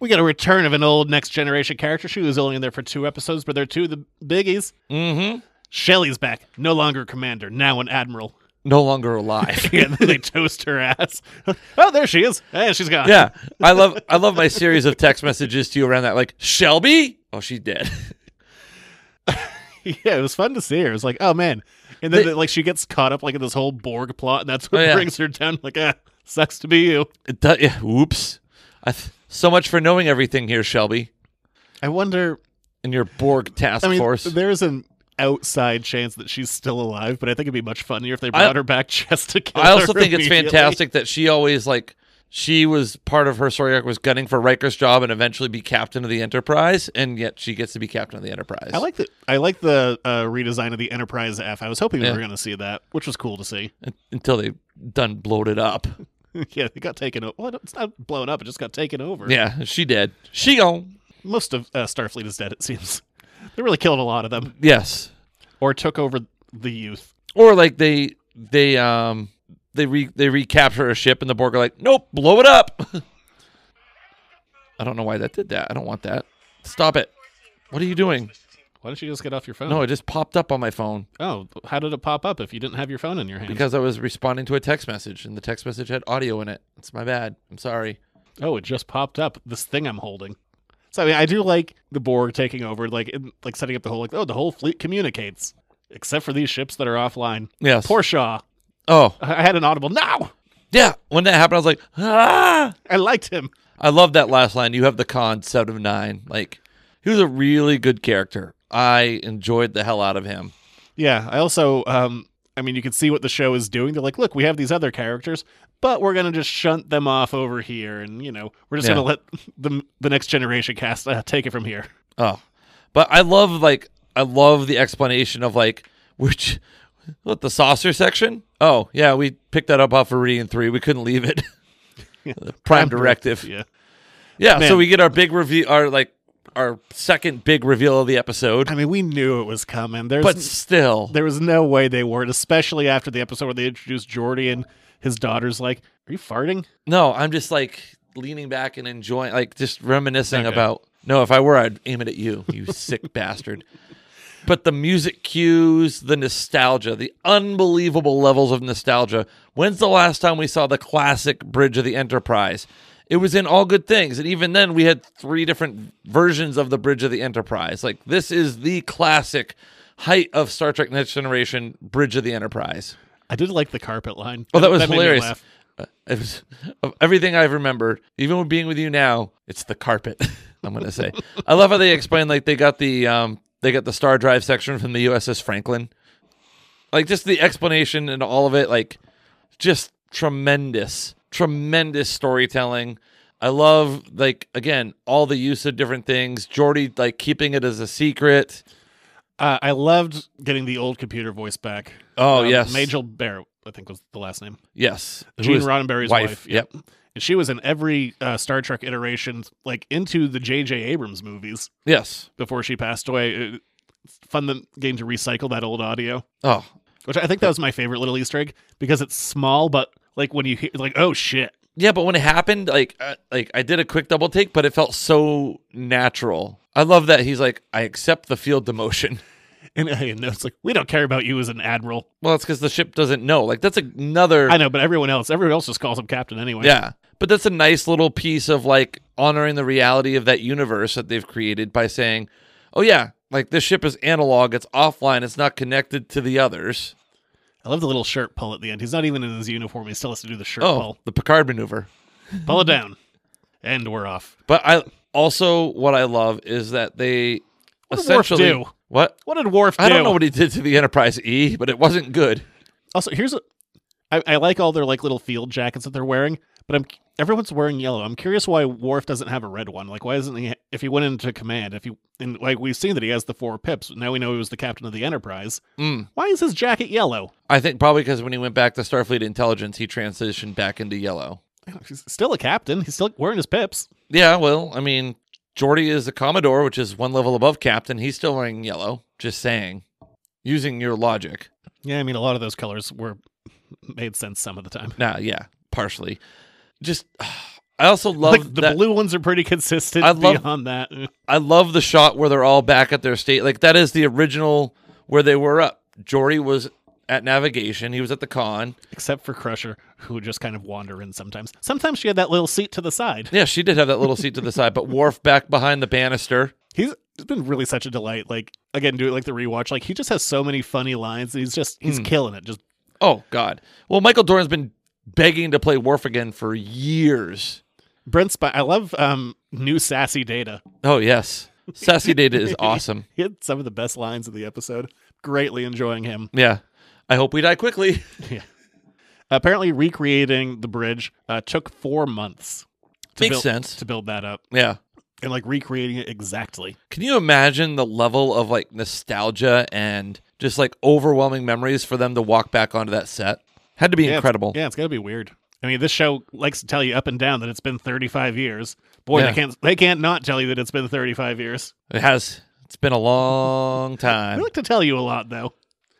Speaker 5: We got a return of an old next generation character. She was only in there for two episodes, but they're two of the biggies. Mm-hmm.
Speaker 6: Mhm.
Speaker 5: Shelly's back, no longer a commander, now an admiral.
Speaker 6: No longer alive.
Speaker 5: and then they toast her ass. oh, there she is. And she's gone.
Speaker 6: yeah. I love I love my series of text messages to you around that like Shelby? Oh, she's dead.
Speaker 5: yeah. It was fun to see her. It was like, oh man. And then
Speaker 6: They-
Speaker 5: like she gets caught up like in this whole Borg plot, and that's what
Speaker 6: Oh, yeah.
Speaker 5: brings her down. Like, ah, sucks to be you.
Speaker 6: It do- yeah, oops. I th- so much for knowing everything here, Shelby,
Speaker 5: I wonder
Speaker 6: and your Borg task
Speaker 5: I mean,
Speaker 6: force.
Speaker 5: there's an outside chance that she's still alive, but I think it'd be much funnier if they brought her back just to kill
Speaker 6: I also
Speaker 5: her
Speaker 6: think it's
Speaker 5: immediately.
Speaker 6: fantastic that she always like she was part of her story arc was gunning for Riker's job and eventually be captain of the Enterprise, and yet she gets to be captain of the Enterprise.
Speaker 5: I like the I like the uh, redesign of the Enterprise F. I was hoping
Speaker 6: Yeah.
Speaker 5: we were going to see that, which was cool to see.
Speaker 6: until they done blowed it up.
Speaker 5: yeah, it got taken over. Well, it's not blown up; it just got taken over.
Speaker 6: Yeah, she did. She gone.
Speaker 5: most of uh, Starfleet is dead. It seems they really killed a lot of them,
Speaker 6: Yes,
Speaker 5: or took over the youth.
Speaker 6: or like they they um they re they recapture a ship and the Borg are like, nope, blow it up. I don't know why that did that. I don't want that. Stop it. What are you doing?
Speaker 5: Why don't you just get off your phone?
Speaker 6: No, it just popped up on my phone.
Speaker 5: oh, how did it pop up if you didn't have your phone in your hand?
Speaker 6: because I was responding to a text message and the text message had audio in it. It's my bad. I'm sorry.
Speaker 5: Oh, it just popped up. This thing I'm holding. So I mean, I do like the Borg taking over, like in, like setting up the whole like oh the whole fleet communicates except for these ships that are offline.
Speaker 6: Yes.
Speaker 5: Poor Shaw.
Speaker 6: Oh,
Speaker 5: I I had an audible. No,
Speaker 6: yeah. When that happened, I was like, ah.
Speaker 5: I liked him.
Speaker 6: I I love that last line. You have the con seven of nine. Like he was a really good character. I enjoyed the hell out of him.
Speaker 5: Yeah, I also, um, I mean, you can see what the show is doing. They're like, look, we have these other characters, but we're gonna just shunt them off over here, and you know, we're just
Speaker 6: Yeah.
Speaker 5: gonna let the the next generation cast uh, take it from here.
Speaker 6: Oh, but I love like I love the explanation of like which what the saucer section. Oh yeah, we picked that up off of reading three. We couldn't leave it. Prime directive.
Speaker 5: Yeah,
Speaker 6: Yeah, so
Speaker 5: Man.
Speaker 6: we get our big review, our like our second big reveal of the episode.
Speaker 5: I mean, we knew it was coming. There's
Speaker 6: but still,
Speaker 5: there was no way they weren't, especially after the episode where they introduced Jordy and his daughter's like, "Are you farting?"
Speaker 6: no, I'm just like leaning back and enjoying, like just reminiscing
Speaker 5: Okay.
Speaker 6: about. No, if I were, I'd aim it at you, you sick bastard. But the music cues, the nostalgia, the unbelievable levels of nostalgia. When's the last time we saw the classic Bridge of the Enterprise? It was in All Good Things. And even then, we had three different versions of the Bridge of the Enterprise. Like, this is the classic height of Star Trek Next Generation Bridge of the Enterprise.
Speaker 5: I did like the carpet line.
Speaker 6: Oh, that was
Speaker 5: made me
Speaker 6: hilarious.
Speaker 5: laugh.
Speaker 6: Uh, It was of everything I've remembered, even with being with you now, it's the carpet. I'm gonna say. I love how they explain like they got the um they got the star drive section from the USS Franklin. Like just the explanation and all of it, like just tremendous, tremendous storytelling. I love like again all the use of different things. Jordy like keeping it as a secret.
Speaker 5: Uh, I loved getting the old computer voice back. Um,
Speaker 6: Oh, yes.
Speaker 5: Majel Barrett, I think was the last name.
Speaker 6: Yes, Who
Speaker 5: Gene
Speaker 6: is-
Speaker 5: Roddenberry's wife.
Speaker 6: wife, yep.
Speaker 5: And she was in every uh, Star Trek iteration, like into the J.J. Abrams movies
Speaker 6: Yes.
Speaker 5: before she passed away. It- It's fun them- getting to recycle that old audio,
Speaker 6: Oh,
Speaker 5: which I think that was my favorite little Easter egg because it's small, but like when you hear, like, oh shit.
Speaker 6: Yeah, but when it happened, like uh, like I did a quick double take, but it felt so natural. I love that he's like, I accept the field demotion.
Speaker 5: And, and it's like, we don't care about you as an admiral.
Speaker 6: Well, it's because the ship doesn't know. Like that's another.
Speaker 5: I know, but everyone else, everyone else just calls him captain anyway.
Speaker 6: Yeah, but that's a nice little piece of like honoring the reality of that universe that they've created by saying, oh yeah, like this ship is analog. It's offline. It's not connected to the others.
Speaker 5: I love the little shirt pull at the end. He's not even in his uniform. He still has to do the shirt
Speaker 6: Oh,
Speaker 5: pull.
Speaker 6: the Picard maneuver.
Speaker 5: Pull it down. And we're off.
Speaker 6: But I also what I love is that they
Speaker 5: What did Worf
Speaker 6: essentially
Speaker 5: do?
Speaker 6: what
Speaker 5: What did Worf do?
Speaker 6: I don't know what he did to the Enterprise E, but it wasn't good.
Speaker 5: Also, here's a. I, I like all their like little field jackets that they're wearing, but I'm everyone's wearing yellow. I'm curious why Worf doesn't have a red one. Like, why isn't he? If he went into command, if he and like we've seen that he has the four pips. Now we know he was the captain of the Enterprise.
Speaker 6: Mm.
Speaker 5: Why is his jacket yellow?
Speaker 6: I think probably because when he went back to Starfleet Intelligence, he transitioned back into yellow.
Speaker 5: He's still a captain. He's still wearing his pips.
Speaker 6: Yeah, well, I mean, Jordy is a Commodore, which is one level above Captain. He's still wearing yellow. Just saying, using your logic.
Speaker 5: Yeah, I mean, a lot of those colors were made sense some of the time.
Speaker 6: Nah, yeah, partially. Just, I also love
Speaker 5: Like the
Speaker 6: that-
Speaker 5: blue ones are pretty consistent.
Speaker 6: I love-
Speaker 5: beyond that.
Speaker 6: I love the shot where they're all back at their state. Like that is the original where they were up. Jordy was at navigation. He was at the con.
Speaker 5: except for Crusher, who would just kind of wander in sometimes. Sometimes she had that little seat to the side.
Speaker 6: Yeah, she did have that little seat to the side, but Worf back behind the banister.
Speaker 5: He's it's been really such a delight. Like again, doing like the rewatch. Like he just has so many funny lines. and He's just he's
Speaker 6: Hmm.
Speaker 5: killing it. Just
Speaker 6: Oh God. Well, Michael Doran's been begging to play Worf again for years.
Speaker 5: Brent Spy. I love um new sassy data.
Speaker 6: Oh yes, Sassy Data is awesome.
Speaker 5: He had some of the best lines of the episode. Greatly enjoying him.
Speaker 6: Yeah, I hope we die quickly.
Speaker 5: Apparently, recreating the bridge uh, took four months. To
Speaker 6: Makes
Speaker 5: build,
Speaker 6: sense.
Speaker 5: to build that up
Speaker 6: Yeah.
Speaker 5: and like recreating it exactly.
Speaker 6: Can you imagine the level of like nostalgia and just like overwhelming memories for them to walk back onto that set? Had to be
Speaker 5: Yeah, it's-
Speaker 6: incredible.
Speaker 5: Yeah, it's gotta be weird. I mean, this show likes to tell you up and down that it's been 35 years. Boy,
Speaker 6: Yeah.
Speaker 5: they can't they can't not tell you that it's been 35 years.
Speaker 6: It has. It's been a long
Speaker 5: They
Speaker 6: time.
Speaker 5: like to tell you a lot though.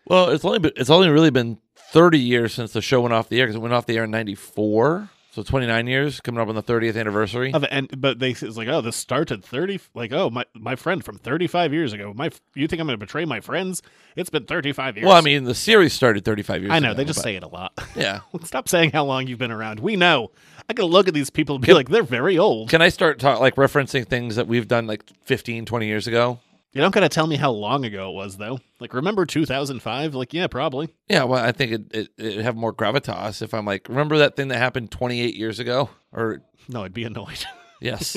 Speaker 6: Well, it's only been, it's only really been 30 years since the show went off the air because it went off the air in '94. So 29 years coming up on the 30th anniversary.
Speaker 5: Of and but they it's like, oh, this started 30 like, oh, my my friend from 35 years ago. My you think I'm going to betray my friends? It's been 35 years.
Speaker 6: Well, I mean, the series started 35 years.
Speaker 5: I know
Speaker 6: ago,
Speaker 5: they just
Speaker 6: but-
Speaker 5: say it a lot.
Speaker 6: Yeah.
Speaker 5: Stop saying how long you've been around. We know. I can look at these people and be like, they're very old.
Speaker 6: Can I start ta- like referencing things that we've done like 15, 20 years ago?
Speaker 5: You don't got to tell me how long ago it was though. Like, remember 2005? Like, yeah, probably.
Speaker 6: Yeah, well, I think it it it'd have more gravitas if I'm like, remember that thing that happened 28 years ago, or
Speaker 5: No, I'd be annoyed.
Speaker 6: Yes.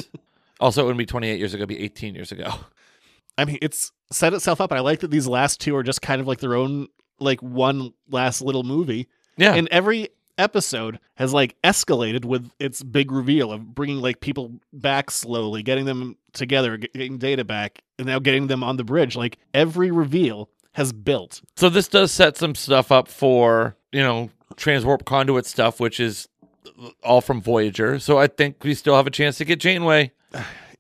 Speaker 6: also, it wouldn't be 28 years ago, it'd be 18 years ago.
Speaker 5: I mean, it's set itself up. And I like that these last two are just kind of like their own, like one last little movie.
Speaker 6: Yeah.
Speaker 5: And every episode has like escalated with its big reveal of bringing like people back slowly, getting them together, getting data back, and now getting them on the bridge. Like every reveal has built.
Speaker 6: So this does set some stuff up for, you know, transwarp conduit stuff, which is all from Voyager. So I think we still have a chance to get Janeway.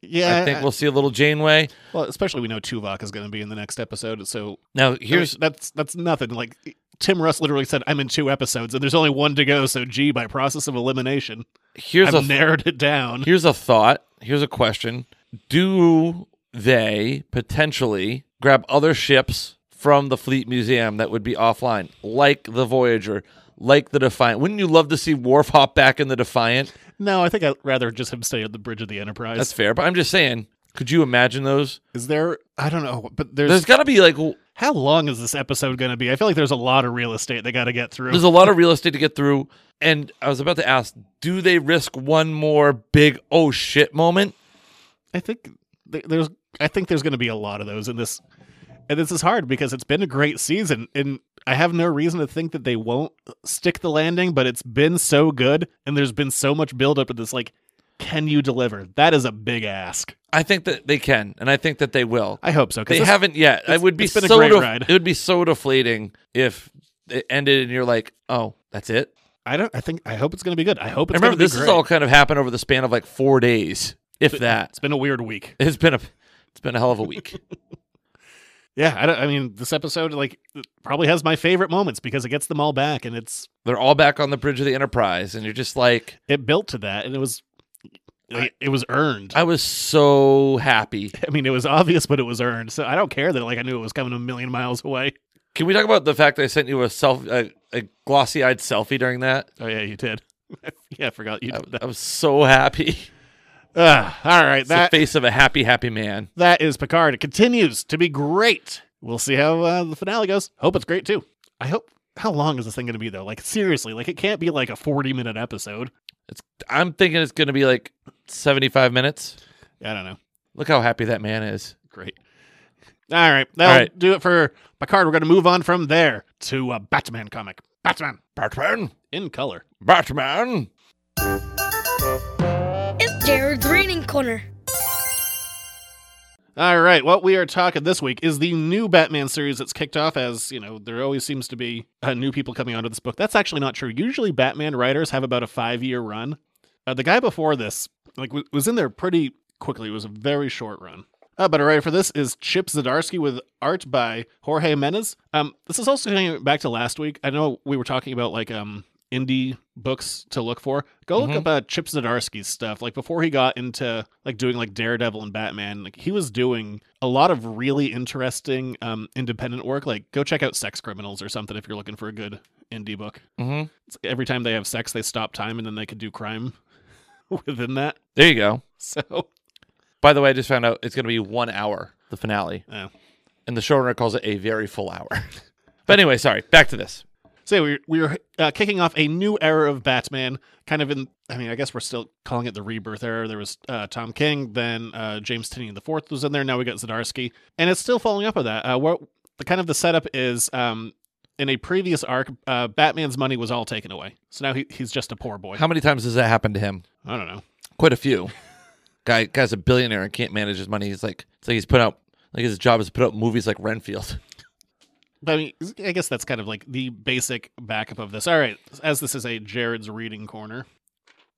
Speaker 5: Yeah.
Speaker 6: I think we'll see a little Janeway.
Speaker 5: Well, especially we know Tuvok is going to be in the next episode. So
Speaker 6: Now here's
Speaker 5: I mean, that's that's nothing. Like Tim Russ literally said, "I'm in two episodes, and there's only one to go." So, gee, by process of elimination,
Speaker 6: here's
Speaker 5: I've
Speaker 6: a
Speaker 5: narrowed it down.
Speaker 6: here's a thought. Here's a question. Do they potentially grab other ships from the Fleet Museum that would be offline, like the Voyager, like the Defiant? Wouldn't you love to see Worf hop back in the Defiant?
Speaker 5: No, I think I'd rather just him stay at the bridge of the Enterprise.
Speaker 6: That's fair, but I'm just saying. Could you imagine those?
Speaker 5: is there? I don't know, but there's,
Speaker 6: There's got to be like w-
Speaker 5: how long is this episode going to be? I feel like there's a lot of real estate they got to get through.
Speaker 6: There's a lot of real estate to get through. And I was about to ask, do they risk one more big oh shit moment?
Speaker 5: I think th- there's I think there's going to be a lot of those in this, and this is hard because it's been a great season, and I have no reason to think that they won't stick the landing. But it's been so good, and there's been so much buildup of this. Like, can you deliver? That is a big ask.
Speaker 6: I think that they can, and I think that they will.
Speaker 5: I hope so. 'cause
Speaker 6: They
Speaker 5: this-
Speaker 6: haven't yet. I
Speaker 5: it's-
Speaker 6: would be
Speaker 5: it's been a
Speaker 6: so
Speaker 5: great
Speaker 6: def-
Speaker 5: ride.
Speaker 6: it would be so deflating if it ended and you're like, oh, that's it.
Speaker 5: I don't. I think. I hope it's going to be good. I hope it's.
Speaker 6: And
Speaker 5: gonna
Speaker 6: remember,
Speaker 5: be
Speaker 6: this has
Speaker 5: great.
Speaker 6: all kind of happened over the span of like four days, if that.
Speaker 5: It's been a weird week.
Speaker 6: It's been a it's been a hell of a week.
Speaker 5: Yeah, I, don't, I mean, this episode like probably has my favorite moments because it gets them all back, and it's
Speaker 6: They're all back on the bridge of the Enterprise, and you're just like,
Speaker 5: it built to that, and it was, like, it was earned.
Speaker 6: I was so happy.
Speaker 5: I mean, it was obvious, but it was earned. So I don't care that like I knew it was coming a million miles away.
Speaker 6: Can we talk about the fact that I sent you a self a, a glossy eyed selfie during that?
Speaker 5: Oh yeah, you did. yeah, I forgot you did that.
Speaker 6: I was so happy.
Speaker 5: Ah, all right,
Speaker 6: It's
Speaker 5: that
Speaker 6: the face of a happy, happy man.
Speaker 5: that is Picard. It continues to be great. We'll see how uh, the finale goes. Hope it's great too. I hope. How long is this thing going to be though? Like seriously, like it can't be like a forty-minute episode.
Speaker 6: I'm thinking it's going to be like 75 minutes.
Speaker 5: I don't know.
Speaker 6: Look how happy that man is.
Speaker 5: Great. All right, that'll
Speaker 6: All right.
Speaker 5: do it for Picard. We're going to move on from there to a Batman comic. Batman
Speaker 6: Batman,
Speaker 5: in color.
Speaker 6: Batman.
Speaker 11: It's Jared's Reading Corner.
Speaker 5: All right, what we are talking this week is the new Batman series that's kicked off. As you know, there always seems to be uh, new people coming onto this book. That's actually not true. Usually, Batman writers have about a five-year run. Uh, the guy before this, like, w- was in there pretty quickly. It was a very short run. Uh, but a writer for this is Chip Zdarsky with art by Jorge Menez. Um, this is also going back to last week. I know we were talking about like um indie books to look for. Go look up uh, Chip Zdarsky's stuff. Like before he got into like doing like Daredevil and Batman, like he was doing a lot of really interesting um independent work. Like go check out Sex Criminals or something if you're looking for a good indie book.
Speaker 6: hmm
Speaker 5: It's, every time they have sex, they stop time and then they could do crime within that.
Speaker 6: There you go.
Speaker 5: So
Speaker 6: By the way, I just found out it's going to be one hour, the finale.
Speaker 5: Oh.
Speaker 6: And the showrunner calls it a very full hour. but anyway, sorry. Back to this.
Speaker 5: So we're, we're uh, kicking off a new era of Batman, kind of in, I mean, I guess we're still calling it the rebirth era. There was uh, Tom King, then uh, James Tinney the fourth was in there. Now we got Zdarsky. And it's still following up with that. Uh, what the kind of the setup is um, in a previous arc, uh, Batman's money was all taken away. So now he, he's just a poor boy.
Speaker 6: How many times has that happened to him?
Speaker 5: I don't know.
Speaker 6: Quite a few. Guy, guy's a billionaire and can't manage his money. He's like, it's like he's put out, like his job is to put out movies like Renfield.
Speaker 5: But I mean, I guess that's kind of like the basic backup of this. All right, as this is a Jared's reading corner.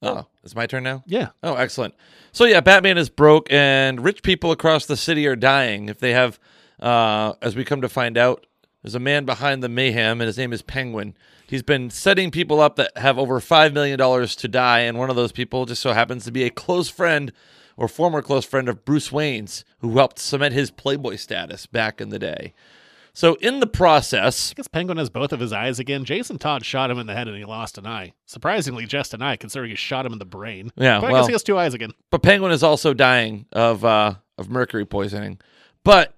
Speaker 6: Oh, it's my turn now?
Speaker 5: Yeah.
Speaker 6: Oh, excellent. So, yeah, Batman is broke, and rich people across the city are dying. If they have, uh, as we come to find out, there's a man behind the mayhem, and his name is Penguin. He's been setting people up that have over $5 million to die, and one of those people just so happens to be a close friend or former close friend of Bruce Wayne's, who helped cement his Playboy status back in the day. So, in the process,
Speaker 5: I guess Penguin has both of his eyes again. Jason Todd shot him in the head and he lost an eye. Surprisingly, just an eye, considering he shot him in the brain.
Speaker 6: Yeah,
Speaker 5: but I
Speaker 6: well-
Speaker 5: guess he has two eyes again.
Speaker 6: but Penguin is also dying of uh, of mercury poisoning. But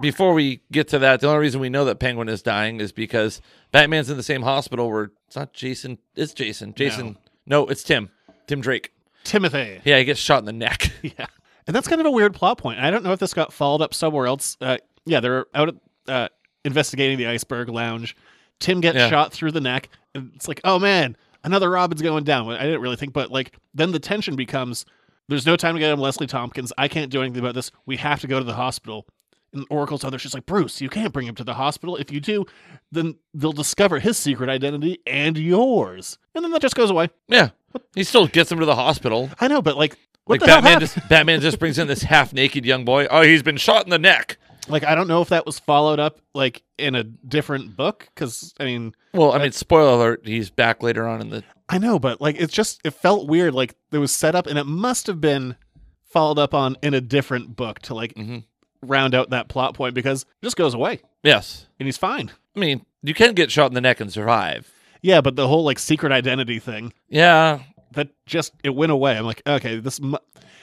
Speaker 6: before we get to that, the only reason we know that Penguin is dying is because Batman's in the same hospital where it's not Jason. It's Jason. Jason. No, it's Tim. Tim Drake.
Speaker 5: Timothy.
Speaker 6: Yeah, he gets shot in the neck.
Speaker 5: yeah. And that's kind of a weird plot point. I don't know if this got followed up somewhere else. Uh, yeah, they're out uh, investigating the iceberg lounge. Tim gets
Speaker 6: Yeah.
Speaker 5: shot through the neck. And it's like, oh man, another Robin's going down. I didn't really think, but like, then the tension becomes there's no time to get him Leslie Tompkins. I can't do anything about this. We have to go to the hospital. And Oracle's on there. She's like, Bruce, you can't bring him to the hospital. If you do, then they'll discover his secret identity and yours. And then that just goes away.
Speaker 6: Yeah. He still gets him to the hospital.
Speaker 5: I know, but like, what
Speaker 6: like
Speaker 5: the hell
Speaker 6: Batman
Speaker 5: happened?
Speaker 6: just Batman just brings in this half naked young boy. Oh, he's been shot in the neck.
Speaker 5: like i don't know if that was followed up like in a different book because i mean
Speaker 6: Well, I mean, spoiler alert, he's back later on in the
Speaker 5: i know but like it's just it felt weird like it was set up and it must have been followed up on in a different book to like
Speaker 6: Mhm.
Speaker 5: round out that plot point because it just goes away
Speaker 6: Yes.
Speaker 5: and he's fine
Speaker 6: I mean, you can get shot in the neck and survive.
Speaker 5: yeah but the whole like secret identity thing
Speaker 6: Yeah.
Speaker 5: that just it went away i'm like okay this mu-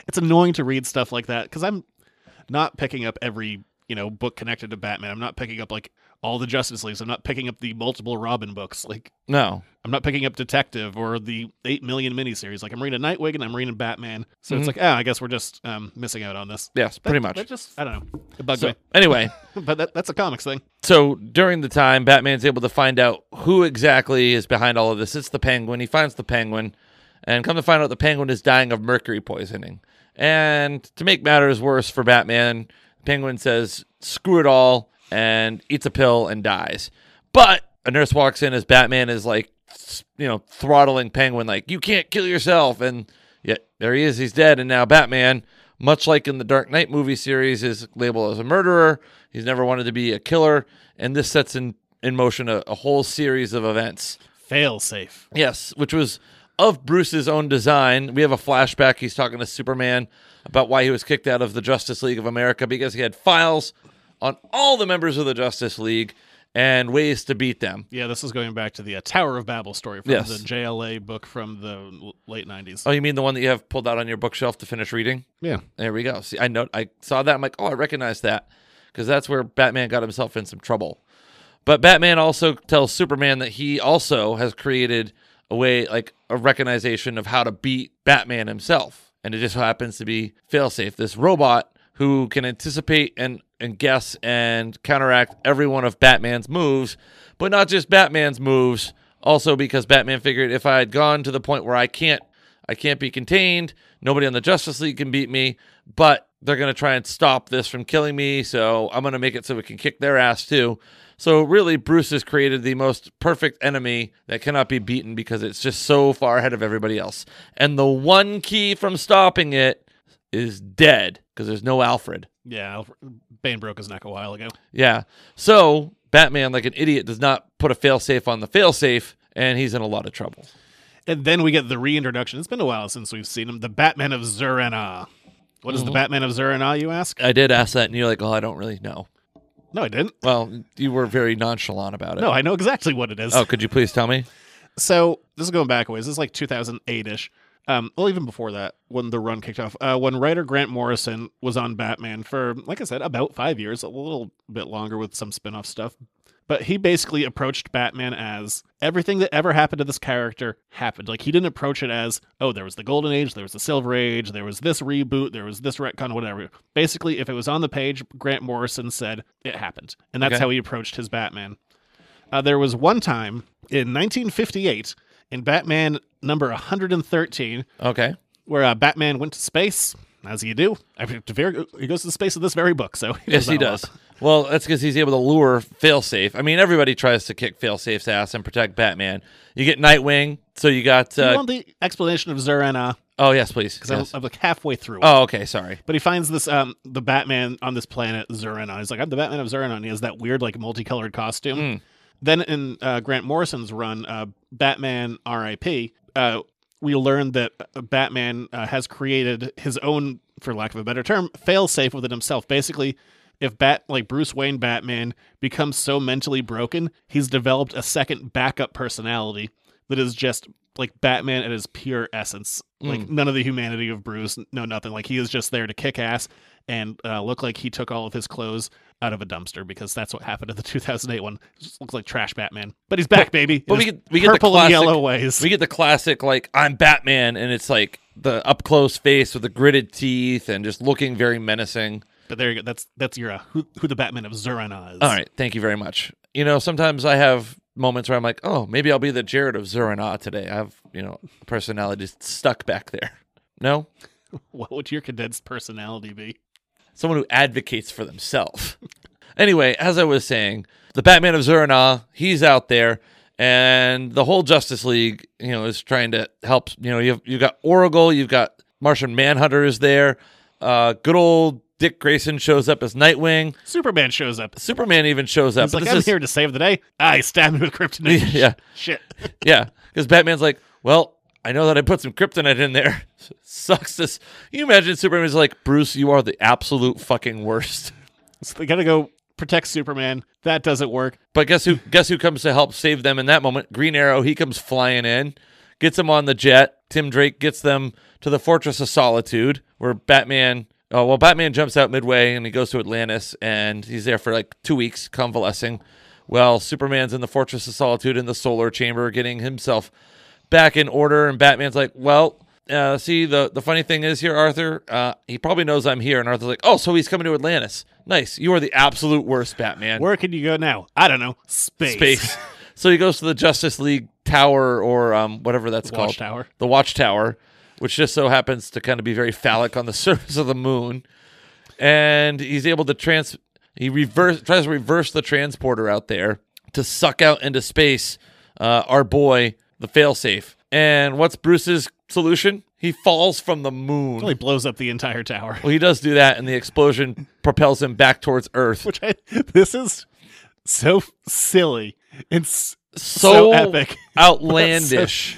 Speaker 5: it's annoying to read stuff like that because i'm not picking up every you know book connected to batman i'm not picking up like all the justice leagues i'm not picking up the multiple robin books like
Speaker 6: No.
Speaker 5: I'm not picking up Detective or the eight million miniseries. Like I'm reading Nightwing and I'm reading Batman. So it's like, oh, I guess we're just um, missing out on this.
Speaker 6: Yes,
Speaker 5: That-
Speaker 6: Mhm. pretty much.
Speaker 5: That just I don't know. It bugs
Speaker 6: So,
Speaker 5: me.
Speaker 6: anyway,
Speaker 5: but that, that's a comics thing.
Speaker 6: so during the time, Batman's able to find out who exactly is behind all of this. It's the Penguin. He finds the Penguin, and come to find out, the Penguin is dying of mercury poisoning. And to make matters worse for Batman, the Penguin says, "Screw it all," and eats a pill and dies. But a nurse walks in as Batman is like, s- you know, throttling Penguin, like, "You can't kill yourself," and yet there he is. He's dead, and now Batman much like in the Dark Knight movie series, is labeled as a murderer. He's never wanted to be a killer, and this sets in in motion a, a whole series of events.
Speaker 5: Fail safe.
Speaker 6: Yes, which was of Bruce's own design. We have a flashback. He's talking to Superman about why he was kicked out of the Justice League of America because he had files on all the members of the Justice League and ways to beat them.
Speaker 5: Yeah, this is going back to the uh, Tower of Babel story from
Speaker 6: Yes.
Speaker 5: the JLA book from the l- late '90s.
Speaker 6: Oh, you mean the one that you have pulled out on your bookshelf to finish reading?
Speaker 5: yeah,
Speaker 6: There we go. See, I know I saw that. I'm like, oh, I recognize that because that's where Batman got himself in some trouble. But Batman also tells Superman that he also has created a way, like a recognition of how to beat Batman himself, and it just happens to be Failsafe, this robot who can anticipate and and guess and counteract every one of Batman's moves, but not just Batman's moves. Also, because Batman figured if I had gone to the point where I can't I can't be contained. Nobody on the Justice League can beat me, but they're going to try and stop this from killing me. So I'm going to make it so it can kick their ass too. So really, Bruce has created the most perfect enemy that cannot be beaten because it's just so far ahead of everybody else. And the one key from stopping it is dead because there's no Alfred.
Speaker 5: yeah. Alfred- Bane broke his neck a while ago.
Speaker 6: Yeah. So Batman, like an idiot, does not put a failsafe on the failsafe, and he's in a lot of trouble.
Speaker 5: And then we get the reintroduction. It's been a while since we've seen him. The Batman of Zurana. What
Speaker 6: Mm-hmm.
Speaker 5: is the Batman of Zurana? You ask?
Speaker 6: I did ask that, and you're like, "Oh, I don't really know."
Speaker 5: No, I didn't.
Speaker 6: Well, you were very nonchalant about it.
Speaker 5: No, I know exactly what it is.
Speaker 6: Oh, could you please tell me?
Speaker 5: So this is going back a ways. This is like 2008 ish. Um, well, even before that, when the run kicked off, uh, when writer Grant Morrison was on Batman for, like I said, about five years, a little bit longer with some spin off stuff. But he basically approached Batman as everything that ever happened to this character happened. Like, he didn't approach it as, oh, there was the Golden Age, there was the Silver Age, there was this reboot, there was this retcon, whatever. Basically, if it was on the page, Grant Morrison said it happened. And that's
Speaker 6: Okay.
Speaker 5: how he approached his Batman. Uh, there was one time in 1958 in Batman number 113
Speaker 6: Okay.
Speaker 5: where uh, Batman went to space, as you do. I mean, to very, he goes to the space in this very book, so
Speaker 6: Yes,
Speaker 5: that
Speaker 6: he
Speaker 5: a lot.
Speaker 6: does. Well, that's because he's able to lure Failsafe. I mean, everybody tries to kick Failsafe's ass and protect Batman. You get Nightwing, so you got.
Speaker 5: Do you
Speaker 6: Uh,
Speaker 5: want the explanation of Zurana?
Speaker 6: oh yes, please.
Speaker 5: Because
Speaker 6: Yes.
Speaker 5: I'm, I'm like halfway through. it.
Speaker 6: Oh, okay. Sorry.
Speaker 5: But he finds this um the Batman on this planet Zurana. He's like, I'm the Batman of Zurana. And he has that weird like multicolored costume.
Speaker 6: Hmm.
Speaker 5: Then in uh, Grant Morrison's run, uh, Batman R.I.P. Uh, we learned that uh, Batman uh, has created his own, for lack of a better term, failsafe within himself. Basically, if Bat like Bruce Wayne Batman becomes so mentally broken, he's developed a second backup personality that is just like Batman at his pure essence. Like none of the humanity of Bruce, no nothing. Like he is just there to kick ass and uh, look like he took all of his clothes out of a dumpster because that's what happened to the 2008 one. It just looks like trash Batman, but he's back, baby.
Speaker 6: But
Speaker 5: in
Speaker 6: we
Speaker 5: his
Speaker 6: get we get the
Speaker 5: purple
Speaker 6: classic,
Speaker 5: and yellow ways.
Speaker 6: We get the classic like I'm Batman, and it's like the up close face with the gritted teeth and just looking very menacing.
Speaker 5: but there you go. That's that's your uh, who, who the Batman of Zurana is.
Speaker 6: All right, thank you very much. You know, sometimes I have moments where I'm like, oh, maybe I'll be the Jared of Zurana today. I have you know personality stuck back there. No,
Speaker 5: What would your condensed personality be?
Speaker 6: someone who advocates for themselves. anyway, as I was saying, the Batman of Zurna, he's out there, and the whole Justice League, you know, is trying to help. You know, you've you've got Oracle, you've got Martian Manhunter is there. Uh, good old Dick Grayson shows up as Nightwing.
Speaker 5: Superman shows up.
Speaker 6: Superman even shows up.
Speaker 5: He's
Speaker 6: but
Speaker 5: like,
Speaker 6: this
Speaker 5: I'm
Speaker 6: is-
Speaker 5: here to save the day. I stabbed him with kryptonite.
Speaker 6: Yeah.
Speaker 5: Shit.
Speaker 6: yeah, because Batman's like, well, I know that I put some kryptonite in there. Sucks this. Can you imagine Superman's like, Bruce, you are the absolute fucking worst.
Speaker 5: So they gotta go protect Superman. That doesn't work.
Speaker 6: But guess who? Guess who comes to help save them in that moment? Green Arrow. He comes flying in, gets them on the jet. Tim Drake gets them to the Fortress of Solitude, where Batman. Oh well, Batman jumps out midway and he goes to Atlantis, and he's there for like two weeks convalescing. Well, Superman's in the Fortress of Solitude in the Solar Chamber, getting himself back in order, and Batman's like, "Well, uh, see, the the funny thing is here, Arthur. Uh, he probably knows I'm here." And Arthur's like, "Oh, so he's coming to Atlantis? Nice. You are the absolute worst, Batman."
Speaker 5: Where can you go now? I don't know. Space.
Speaker 6: space. so he goes to the Justice League Tower or um, whatever that's called.
Speaker 5: Watchtower.
Speaker 6: The Watchtower, which just so happens to kind of be very phallic on the surface of the moon. And he's able to trans. He reverse tries to reverse the transporter out there to suck out into space uh, our boy, the failsafe. And what's Bruce's solution? He falls from the moon.
Speaker 5: Really blows up the entire tower.
Speaker 6: Well, he does do that, and the explosion propels him back towards Earth.
Speaker 5: Which I, this is so silly. It's so
Speaker 6: so,
Speaker 5: epic.
Speaker 6: outlandish.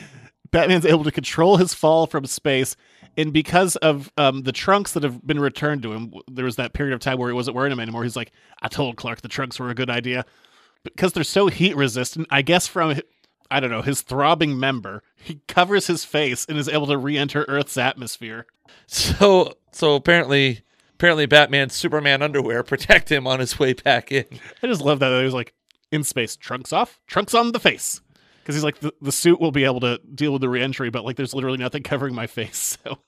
Speaker 5: Batman's able to control his fall from space, and because of um, the trunks that have been returned to him, w- there was that period of time where he wasn't wearing them anymore. He's like, "I told Clark the trunks were a good idea," because they're so heat resistant. I guess from hi- I don't know his throbbing member, he covers his face and is able to re-enter Earth's atmosphere.
Speaker 6: So so apparently apparently Batman's Superman underwear protect him on his way back in.
Speaker 5: I just love that. He was like, "In space, trunks off, trunks on the face," because he's like, the, "The suit will be able to deal with the re-entry, but like, there's literally nothing covering my face, so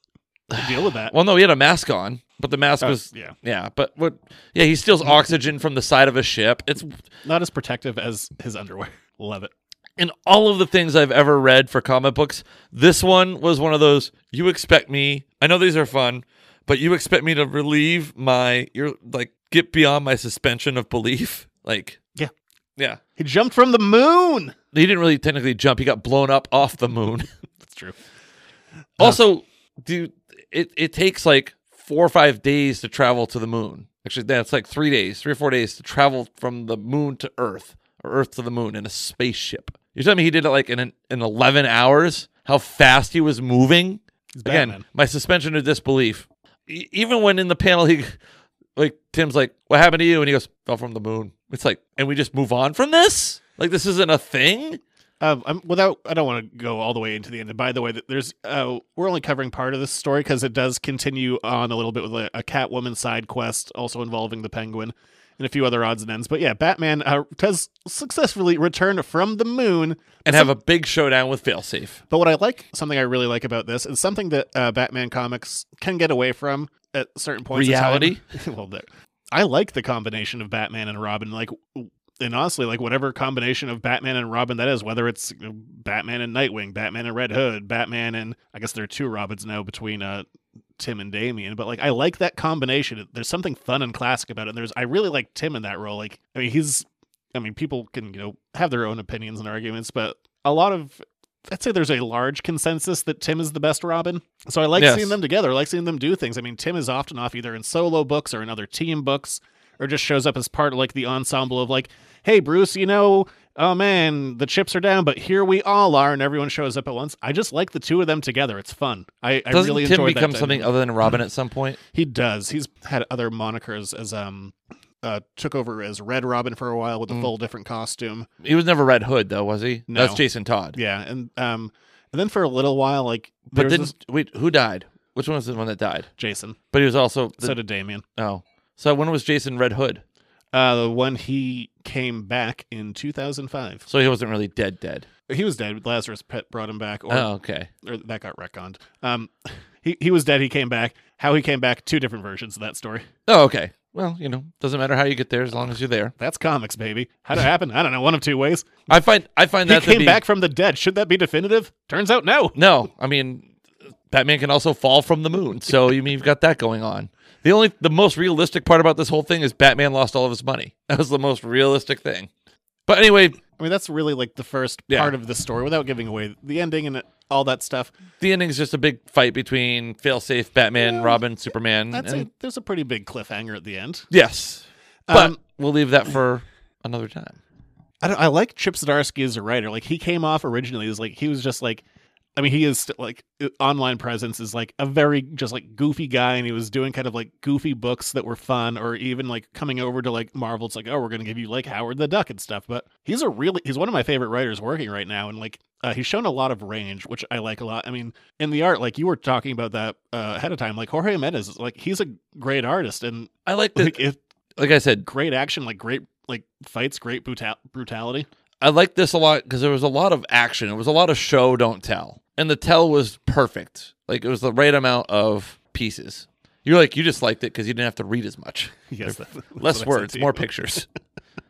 Speaker 5: I deal with that."
Speaker 6: Well, no, he had a mask on, but the mask
Speaker 5: Oh,
Speaker 6: was
Speaker 5: yeah.
Speaker 6: yeah. But what? Yeah, he steals oxygen from the side of a ship. It's
Speaker 5: Not as protective as his underwear. Love it.
Speaker 6: in all of the things I've ever read for comic books. This one was one of those. You expect me? I know these are fun, but you expect me to relieve my you're like get beyond my suspension of belief. Like
Speaker 5: Yeah.
Speaker 6: yeah,
Speaker 5: He jumped from the moon.
Speaker 6: he didn't really technically jump. He got blown up off the moon. Uh,
Speaker 5: That's true.
Speaker 6: Also, dude, it, it takes like four or five days to travel to the moon. Actually, that's like three days, three or four days to travel from the moon to Earth or Earth to the moon in a spaceship. You're telling me he did it like in an, in 11 hours? How fast he was moving? Again,
Speaker 5: Batman.
Speaker 6: my suspension of disbelief. E- even when in the panel, he like Tim's like, "What happened to you?" and he goes, "Fell from the moon." It's like, and we just move on from this. Like this isn't a thing.
Speaker 5: Um, I'm, without, I don't want to go all the way into the end. And by the way, th- there's uh, we're only covering part of this story because it does continue on a little bit with a, a Catwoman side quest, also involving the Penguin and a few other odds and ends. But yeah, Batman uh, does successfully return from the moon.
Speaker 6: And have a big showdown with failsafe.
Speaker 5: But what I like, something I really like about this, is something that uh, Batman comics can get away from at certain points. in time.
Speaker 6: Reality?
Speaker 5: well, there. I like the combination of Batman and Robin. Like, w- and honestly, like whatever combination of Batman and Robin that is, whether it's you know, Batman and Nightwing, Batman and Red Hood, Batman and I guess there are two Robins now between uh, Tim and Damien. But like, I like that combination. There's something fun and classic about it. And there's, I really like Tim in that role. Like, I mean, he's, I mean, people can you know have their own opinions and arguments, but a lot of I'd say there's a large consensus that Tim is the best Robin. So I like
Speaker 6: Yes.
Speaker 5: seeing them together. I like seeing them do things. I mean, Tim is often off either in solo books or in other team books, or just shows up as part of like the ensemble of like, hey Bruce, you know, oh man, the chips are down, but here we all are, and everyone shows up at once. I just like the two of them together. It's fun. I, I
Speaker 6: Doesn't
Speaker 5: really
Speaker 6: Tim
Speaker 5: enjoyed
Speaker 6: become
Speaker 5: that
Speaker 6: something
Speaker 5: dynamic.
Speaker 6: other than Robin at some point?
Speaker 5: He does. He's had other monikers as um uh took over as Red Robin for a while
Speaker 6: Mm.
Speaker 5: with a full different costume.
Speaker 6: He was never Red Hood though, was he?
Speaker 5: No.
Speaker 6: That's Jason Todd.
Speaker 5: Yeah, and um and then for a little while like there
Speaker 6: But
Speaker 5: was
Speaker 6: didn't
Speaker 5: this-
Speaker 6: wait, who died? Which one was the one that died?
Speaker 5: Jason.
Speaker 6: But he was also the,
Speaker 5: So did Damien.
Speaker 6: oh. So when was Jason Red Hood?
Speaker 5: Uh, the one he came back in 2005.
Speaker 6: So he wasn't really dead, dead.
Speaker 5: He was dead. Lazarus Pet brought him back. Or,
Speaker 6: Oh, okay.
Speaker 5: or that got retconned. Um, he he was dead. He came back. How he came back? Two different versions of that story.
Speaker 6: Oh, okay. Well, you know, doesn't matter how you get there as long as you're there.
Speaker 5: That's comics, baby. How would it happen? I don't know. One of two ways.
Speaker 6: I find I find
Speaker 5: He
Speaker 6: that to
Speaker 5: came
Speaker 6: be-
Speaker 5: back from the dead. Should that be definitive? Turns out, no.
Speaker 6: No, I mean, Batman can also fall from the moon. So you mean you've got that going on. The only the most realistic part about this whole thing is Batman lost all of his money. That was the most realistic thing. But anyway,
Speaker 5: I mean, that's really like the first
Speaker 6: Yeah.
Speaker 5: part of the story without giving away the ending and all that stuff.
Speaker 6: the ending's just a big fight between failsafe Batman, Robin, Superman.
Speaker 5: That's
Speaker 6: and-
Speaker 5: a, there's a pretty big cliffhanger at the end.
Speaker 6: Yes. But
Speaker 5: Um,
Speaker 6: we'll leave that for another time.
Speaker 5: I, don't, I like Chip Zdarsky as a writer. Like he came off originally as like he was just like, I mean, he is st- like uh, online presence is like a very just like goofy guy, and he was doing kind of like goofy books that were fun, or even like coming over to like Marvel. It's like, oh, we're gonna give you like Howard the Duck and stuff. But he's a really he's one of my favorite writers working right now, and like uh, he's shown a lot of range, which I like a lot. I mean, in the art, like you were talking about that uh, ahead of time, like Jorge Menez, is, like he's a great artist, and
Speaker 6: I like the
Speaker 5: like if
Speaker 6: like I said,
Speaker 5: great action, like great like fights, great brutal- brutality.
Speaker 6: I liked this a lot because there was a lot of action. It was a lot of show, don't tell. And the tell was perfect. Like it was the right amount of pieces. You're like, you just liked it because you didn't have to read as much.
Speaker 5: Yes, that- that's what I
Speaker 6: Less
Speaker 5: said
Speaker 6: words,
Speaker 5: to
Speaker 6: more
Speaker 5: you.
Speaker 6: pictures.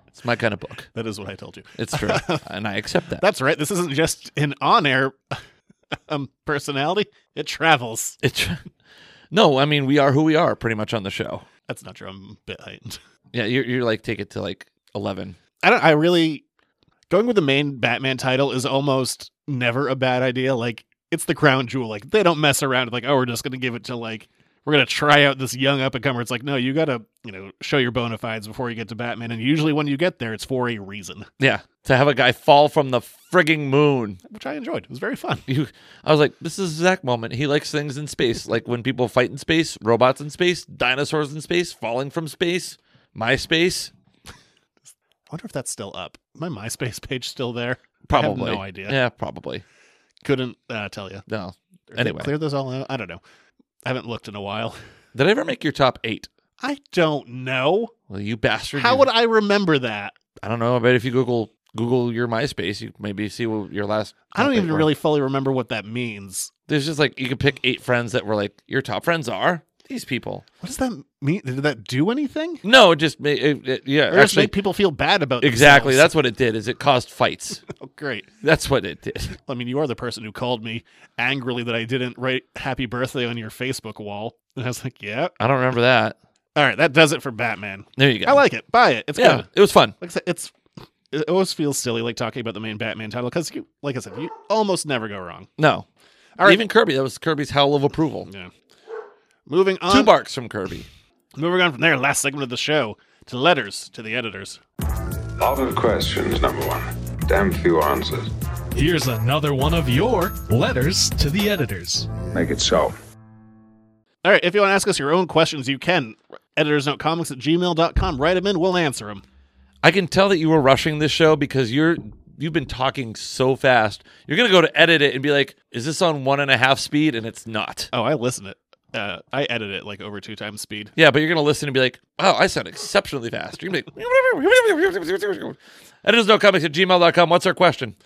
Speaker 6: it's my kind of book.
Speaker 5: That is what I told you.
Speaker 6: It's true. and I accept that.
Speaker 5: That's right. This isn't just an on-air um, personality. It travels.
Speaker 6: It's, no, I mean, we are who we are pretty much on the show.
Speaker 5: That's not true. I'm a bit heightened.
Speaker 6: Yeah, you're, you're like, take it to like 11.
Speaker 5: I don't. I really going with the main Batman title is almost never a bad idea. Like it's the crown jewel. Like they don't mess around. Like oh, we're just gonna give it to like we're gonna try out this young up and comer. It's like no, you gotta you know show your bona fides before you get to Batman. And usually when you get there, it's for a reason,
Speaker 6: Yeah. To have a guy fall from the frigging moon.
Speaker 5: which I enjoyed. It was very fun.
Speaker 6: You, I was like, this is Zach moment. He likes things in space, like when people fight in space, robots in space, dinosaurs in space, falling from space, my space.
Speaker 5: I wonder if that's still up. Is My MySpace page still there?
Speaker 6: Probably,
Speaker 5: I have no idea.
Speaker 6: Yeah, probably.
Speaker 5: Couldn't uh, tell you.
Speaker 6: No.
Speaker 5: Did they
Speaker 6: Anyway,
Speaker 5: clear those all out. I don't know. I haven't looked in a while.
Speaker 6: did I ever make your top eight?
Speaker 5: I don't know.
Speaker 6: Well, you bastard.
Speaker 5: How
Speaker 6: you-
Speaker 5: would I remember that?
Speaker 6: I don't know. I bet if you Google Google your MySpace, you maybe see what your last.
Speaker 5: I don't
Speaker 6: top eight
Speaker 5: even
Speaker 6: were.
Speaker 5: really fully remember what that means.
Speaker 6: There's just like you could pick eight friends that were like your top friends are these people.
Speaker 5: What does that mean? Did that do anything?
Speaker 6: No, it just made it, it- yeah.
Speaker 5: Or just
Speaker 6: actually,
Speaker 5: make people feel bad about
Speaker 6: exactly.
Speaker 5: themselves?
Speaker 6: That's what it did. Is it caused fights?
Speaker 5: oh, great.
Speaker 6: That's what it did.
Speaker 5: I mean, you are the person who called me angrily that I didn't write "Happy Birthday" on your Facebook wall, and I was like, "Yeah,
Speaker 6: I don't remember that.
Speaker 5: all right, that does it for Batman."
Speaker 6: There you go.
Speaker 5: I like it. Buy it. It's
Speaker 6: Yeah,
Speaker 5: good.
Speaker 6: it was fun.
Speaker 5: like I said, it's it always feels silly like talking about the main Batman title because you, like I said, you almost never go wrong.
Speaker 6: No,
Speaker 5: All right.
Speaker 6: even Kirby. That was Kirby's howl of approval.
Speaker 5: Yeah. Moving on,
Speaker 6: Two barks from Kirby.
Speaker 5: moving on from there, last segment of the show to letters to the editors.
Speaker 4: Lot of questions, number one. Damn few answers.
Speaker 10: Here's another one of your letters to the editors.
Speaker 4: Make it so.
Speaker 5: All right, if you want to ask us your own questions, you can editorsnotecomics at gmail.com. Write them in, we'll answer them.
Speaker 6: I can tell that you were rushing this show because you're you've been talking so fast. You're gonna go to edit it and be like, "Is this on one and a half speed?" And it's not.
Speaker 5: Oh, I listen it. Uh, I edit it like over two times speed.
Speaker 6: Yeah, but you're gonna listen and be like, "Wow, I sound exceptionally fast." You're gonna be like, editors no comics at gmail.com. What's our question?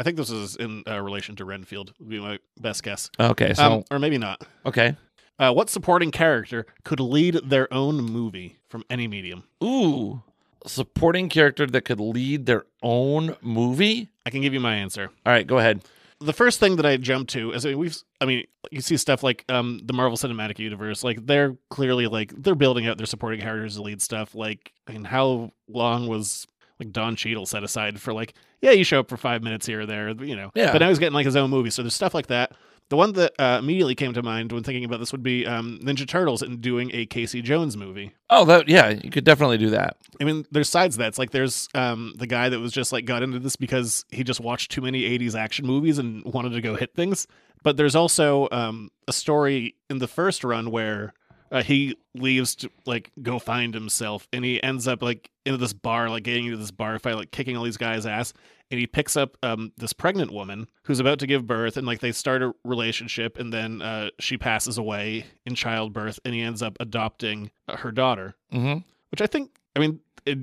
Speaker 5: I think this is in uh, relation to Renfield, would be my best guess.
Speaker 6: Okay, so
Speaker 5: Um, or maybe not.
Speaker 6: okay.
Speaker 5: Uh, what supporting character could lead their own movie from any medium?
Speaker 6: Ooh, supporting character that could lead their own movie.
Speaker 5: I can give you my answer.
Speaker 6: All right, go ahead.
Speaker 5: the first thing that I jumped to is I mean, we've I mean you see stuff like um the Marvel Cinematic Universe like they're clearly like they're building out their supporting characters to lead stuff like I mean how long was like Don Cheadle set aside for like yeah you show up for five minutes here or there you know
Speaker 6: Yeah.
Speaker 5: but now he's getting like his own movie so there's stuff like that the one that uh, immediately came to mind when thinking about this would be um, Ninja Turtles and doing a Casey Jones movie
Speaker 6: Oh, that yeah, you could definitely do that.
Speaker 5: I mean, there's sides to that. It's like there's um, the guy that was just like got into this because he just watched too many 80s action movies and wanted to go hit things. But there's also um, a story in the first run where uh, he leaves to like go find himself and he ends up like into this bar, like getting into this bar fight, like kicking all these guys' ass. And he picks up um, this pregnant woman who's about to give birth, and like they start a relationship, and then uh, she passes away in childbirth, and he ends up adopting uh, her daughter
Speaker 6: Mm-hmm.
Speaker 5: which I think I mean, it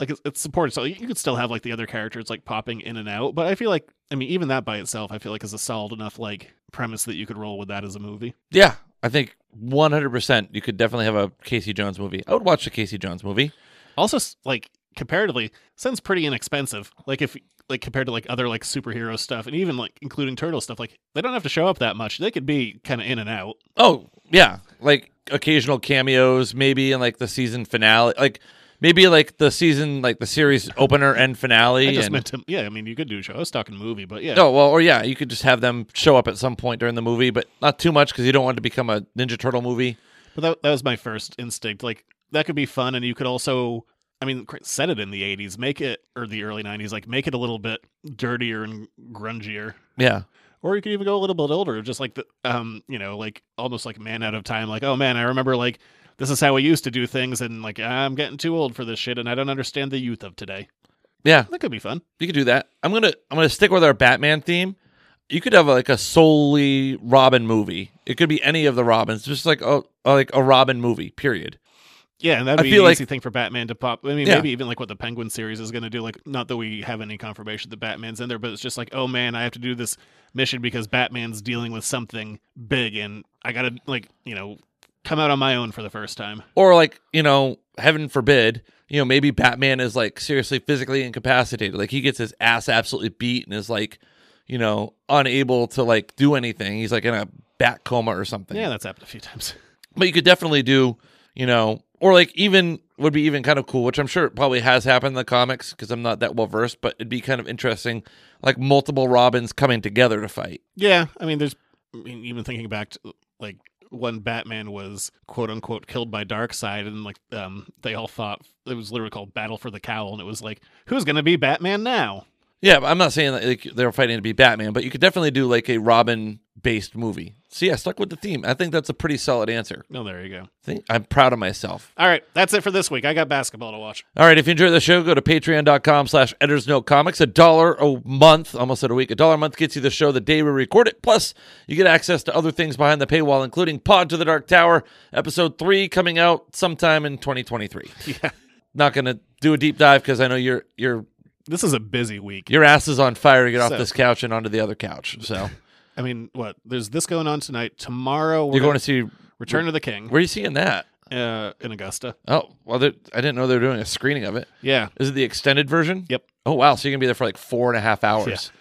Speaker 5: like it's, it's supported, so you could still have like the other characters like popping in and out. But I feel like, I mean, even that by itself, I feel like is a solid enough like premise that you could roll with that as a movie.
Speaker 6: Yeah, I think 100% you could definitely have a Casey Jones movie. I would watch the Casey Jones movie.
Speaker 5: Also, s- like comparatively, sounds pretty inexpensive. Like if like compared to like other like superhero stuff, and even like including turtle stuff, like they don't have to show up that much. They could be kind of in and out.
Speaker 6: Oh, yeah. Like occasional cameos maybe in like the season finale. Like maybe like the season like the series opener and finale
Speaker 5: I just
Speaker 6: and
Speaker 5: meant to, yeah. I mean, you could do a show. I was talking movie, but yeah,
Speaker 6: No, well, or yeah, you could just have them show up at some point during the movie, but not too much because you don't want it to become a Ninja Turtle movie.
Speaker 5: But that, that was my first instinct. Like that could be fun, and you could also, I mean, cr- set it in the '80s, make it or the early '90s, like make it a little bit dirtier and grungier.
Speaker 6: Yeah,
Speaker 5: Or you could even go a little bit older, just like the, um, you know, like almost like man out of time. Like, oh man, I remember like this is how we used to do things, and like I'm getting too old for this shit, and I don't understand the youth of today.
Speaker 6: yeah,
Speaker 5: That could be fun.
Speaker 6: you could do that. I'm gonna I'm gonna stick with our Batman theme. You could have like a solely Robin movie. It could be any of the Robins, just like a like a Robin movie. Period.
Speaker 5: Yeah, and that'd
Speaker 6: I
Speaker 5: be
Speaker 6: feel
Speaker 5: an
Speaker 6: like-
Speaker 5: easy thing for Batman to pop. I mean,
Speaker 6: Yeah.
Speaker 5: maybe even like what the Penguin series is going to do. Like, not that we have any confirmation that Batman's in there, but it's just like, oh man, I have to do this mission because Batman's dealing with something big, and I got to like, you know, come out on my own for the first time.
Speaker 6: Or like you know, heaven forbid, you know, maybe Batman is like seriously physically incapacitated. Like he gets his ass absolutely beat and is like, you know, unable to like do anything. He's like in a bat coma or something.
Speaker 5: Yeah, that's happened a few times.
Speaker 6: but you could definitely do you know or like even would be even kind of cool which i'm sure it probably has happened in the comics because i'm not that well versed but it'd be kind of interesting like multiple robins coming together to fight
Speaker 5: Yeah, I mean, there's I mean, even thinking back to like when Batman was quote unquote killed by Darkseid, and like um, they all thought it was literally called Battle for the Cowl, and it was like, who's going to be Batman now?
Speaker 6: yeah but i'm not saying that like they're fighting to be batman but you could definitely do like a robin based movie so yeah stuck with the theme i think that's a pretty solid answer
Speaker 5: No, Oh, there you go.
Speaker 6: I think i'm proud of myself
Speaker 5: All right, that's it for this week. I got basketball to watch.
Speaker 6: All right, if you enjoy the show, go to patreon.com slash editors note comics. A dollar a month, almost at a week, a dollar a month gets you the show the day we record it. Plus, you get access to other things behind the paywall, including Pod to the Dark Tower, episode three coming out sometime in 2023. Yeah. Not gonna do a deep dive because I know your your
Speaker 5: This is a busy week.
Speaker 6: your ass is on fire to get
Speaker 5: So-
Speaker 6: off this couch and onto the other couch. So
Speaker 5: I mean, what? There's this going on tonight. Tomorrow we're
Speaker 6: you're going
Speaker 5: gonna
Speaker 6: to see
Speaker 5: Return of the King
Speaker 6: where are you seeing that?
Speaker 5: uh, in Augusta.
Speaker 6: Oh, well, they're- I didn't know they were doing a screening of it.
Speaker 5: Yeah,
Speaker 6: Is it the extended version?
Speaker 5: Yep.
Speaker 6: Oh wow, so you're gonna be there for like four and a half hours.
Speaker 5: Yeah.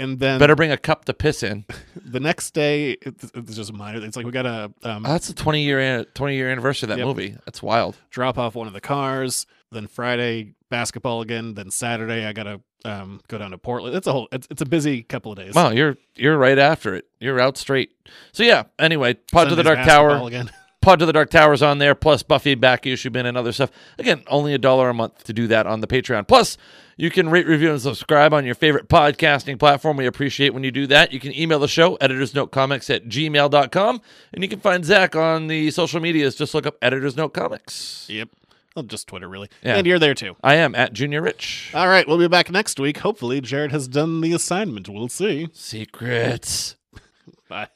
Speaker 5: and then
Speaker 6: Better bring a cup to piss in.
Speaker 5: the next day, it's, it's just minor. It's like we gotta um,
Speaker 6: Oh, that's the 20 year an- 20 year anniversary of that
Speaker 5: Yep.
Speaker 6: movie. That's wild.
Speaker 5: drop off one of the cars. Then Friday basketball again. Then Saturday I gotta um, go down to Portland. It's a whole. It's, it's a busy couple of days.
Speaker 6: Wow, you're you're right after it. You're out straight. So yeah. Anyway, Pod to the
Speaker 5: Sunday's
Speaker 6: Dark
Speaker 5: basketball
Speaker 6: Tower.
Speaker 5: again.
Speaker 6: Pod to the Dark Tower's on there. Plus Buffy back issue bin and other stuff. Again, only a dollar a month to do that on the Patreon. Plus, you can rate, review, and subscribe on your favorite podcasting platform. We appreciate when you do that. You can email the show editorsnotecomics at gmail.com. and you can find Zach on the social medias. Just look up Editors Note Comics.
Speaker 5: Yep. Well, just Twitter really.
Speaker 6: Yeah.
Speaker 5: And you're there too.
Speaker 6: I am at Junior Rich.
Speaker 5: All right, we'll be back next week. Hopefully, Jared has done the assignment. We'll see.
Speaker 6: Secrets.
Speaker 5: Bye.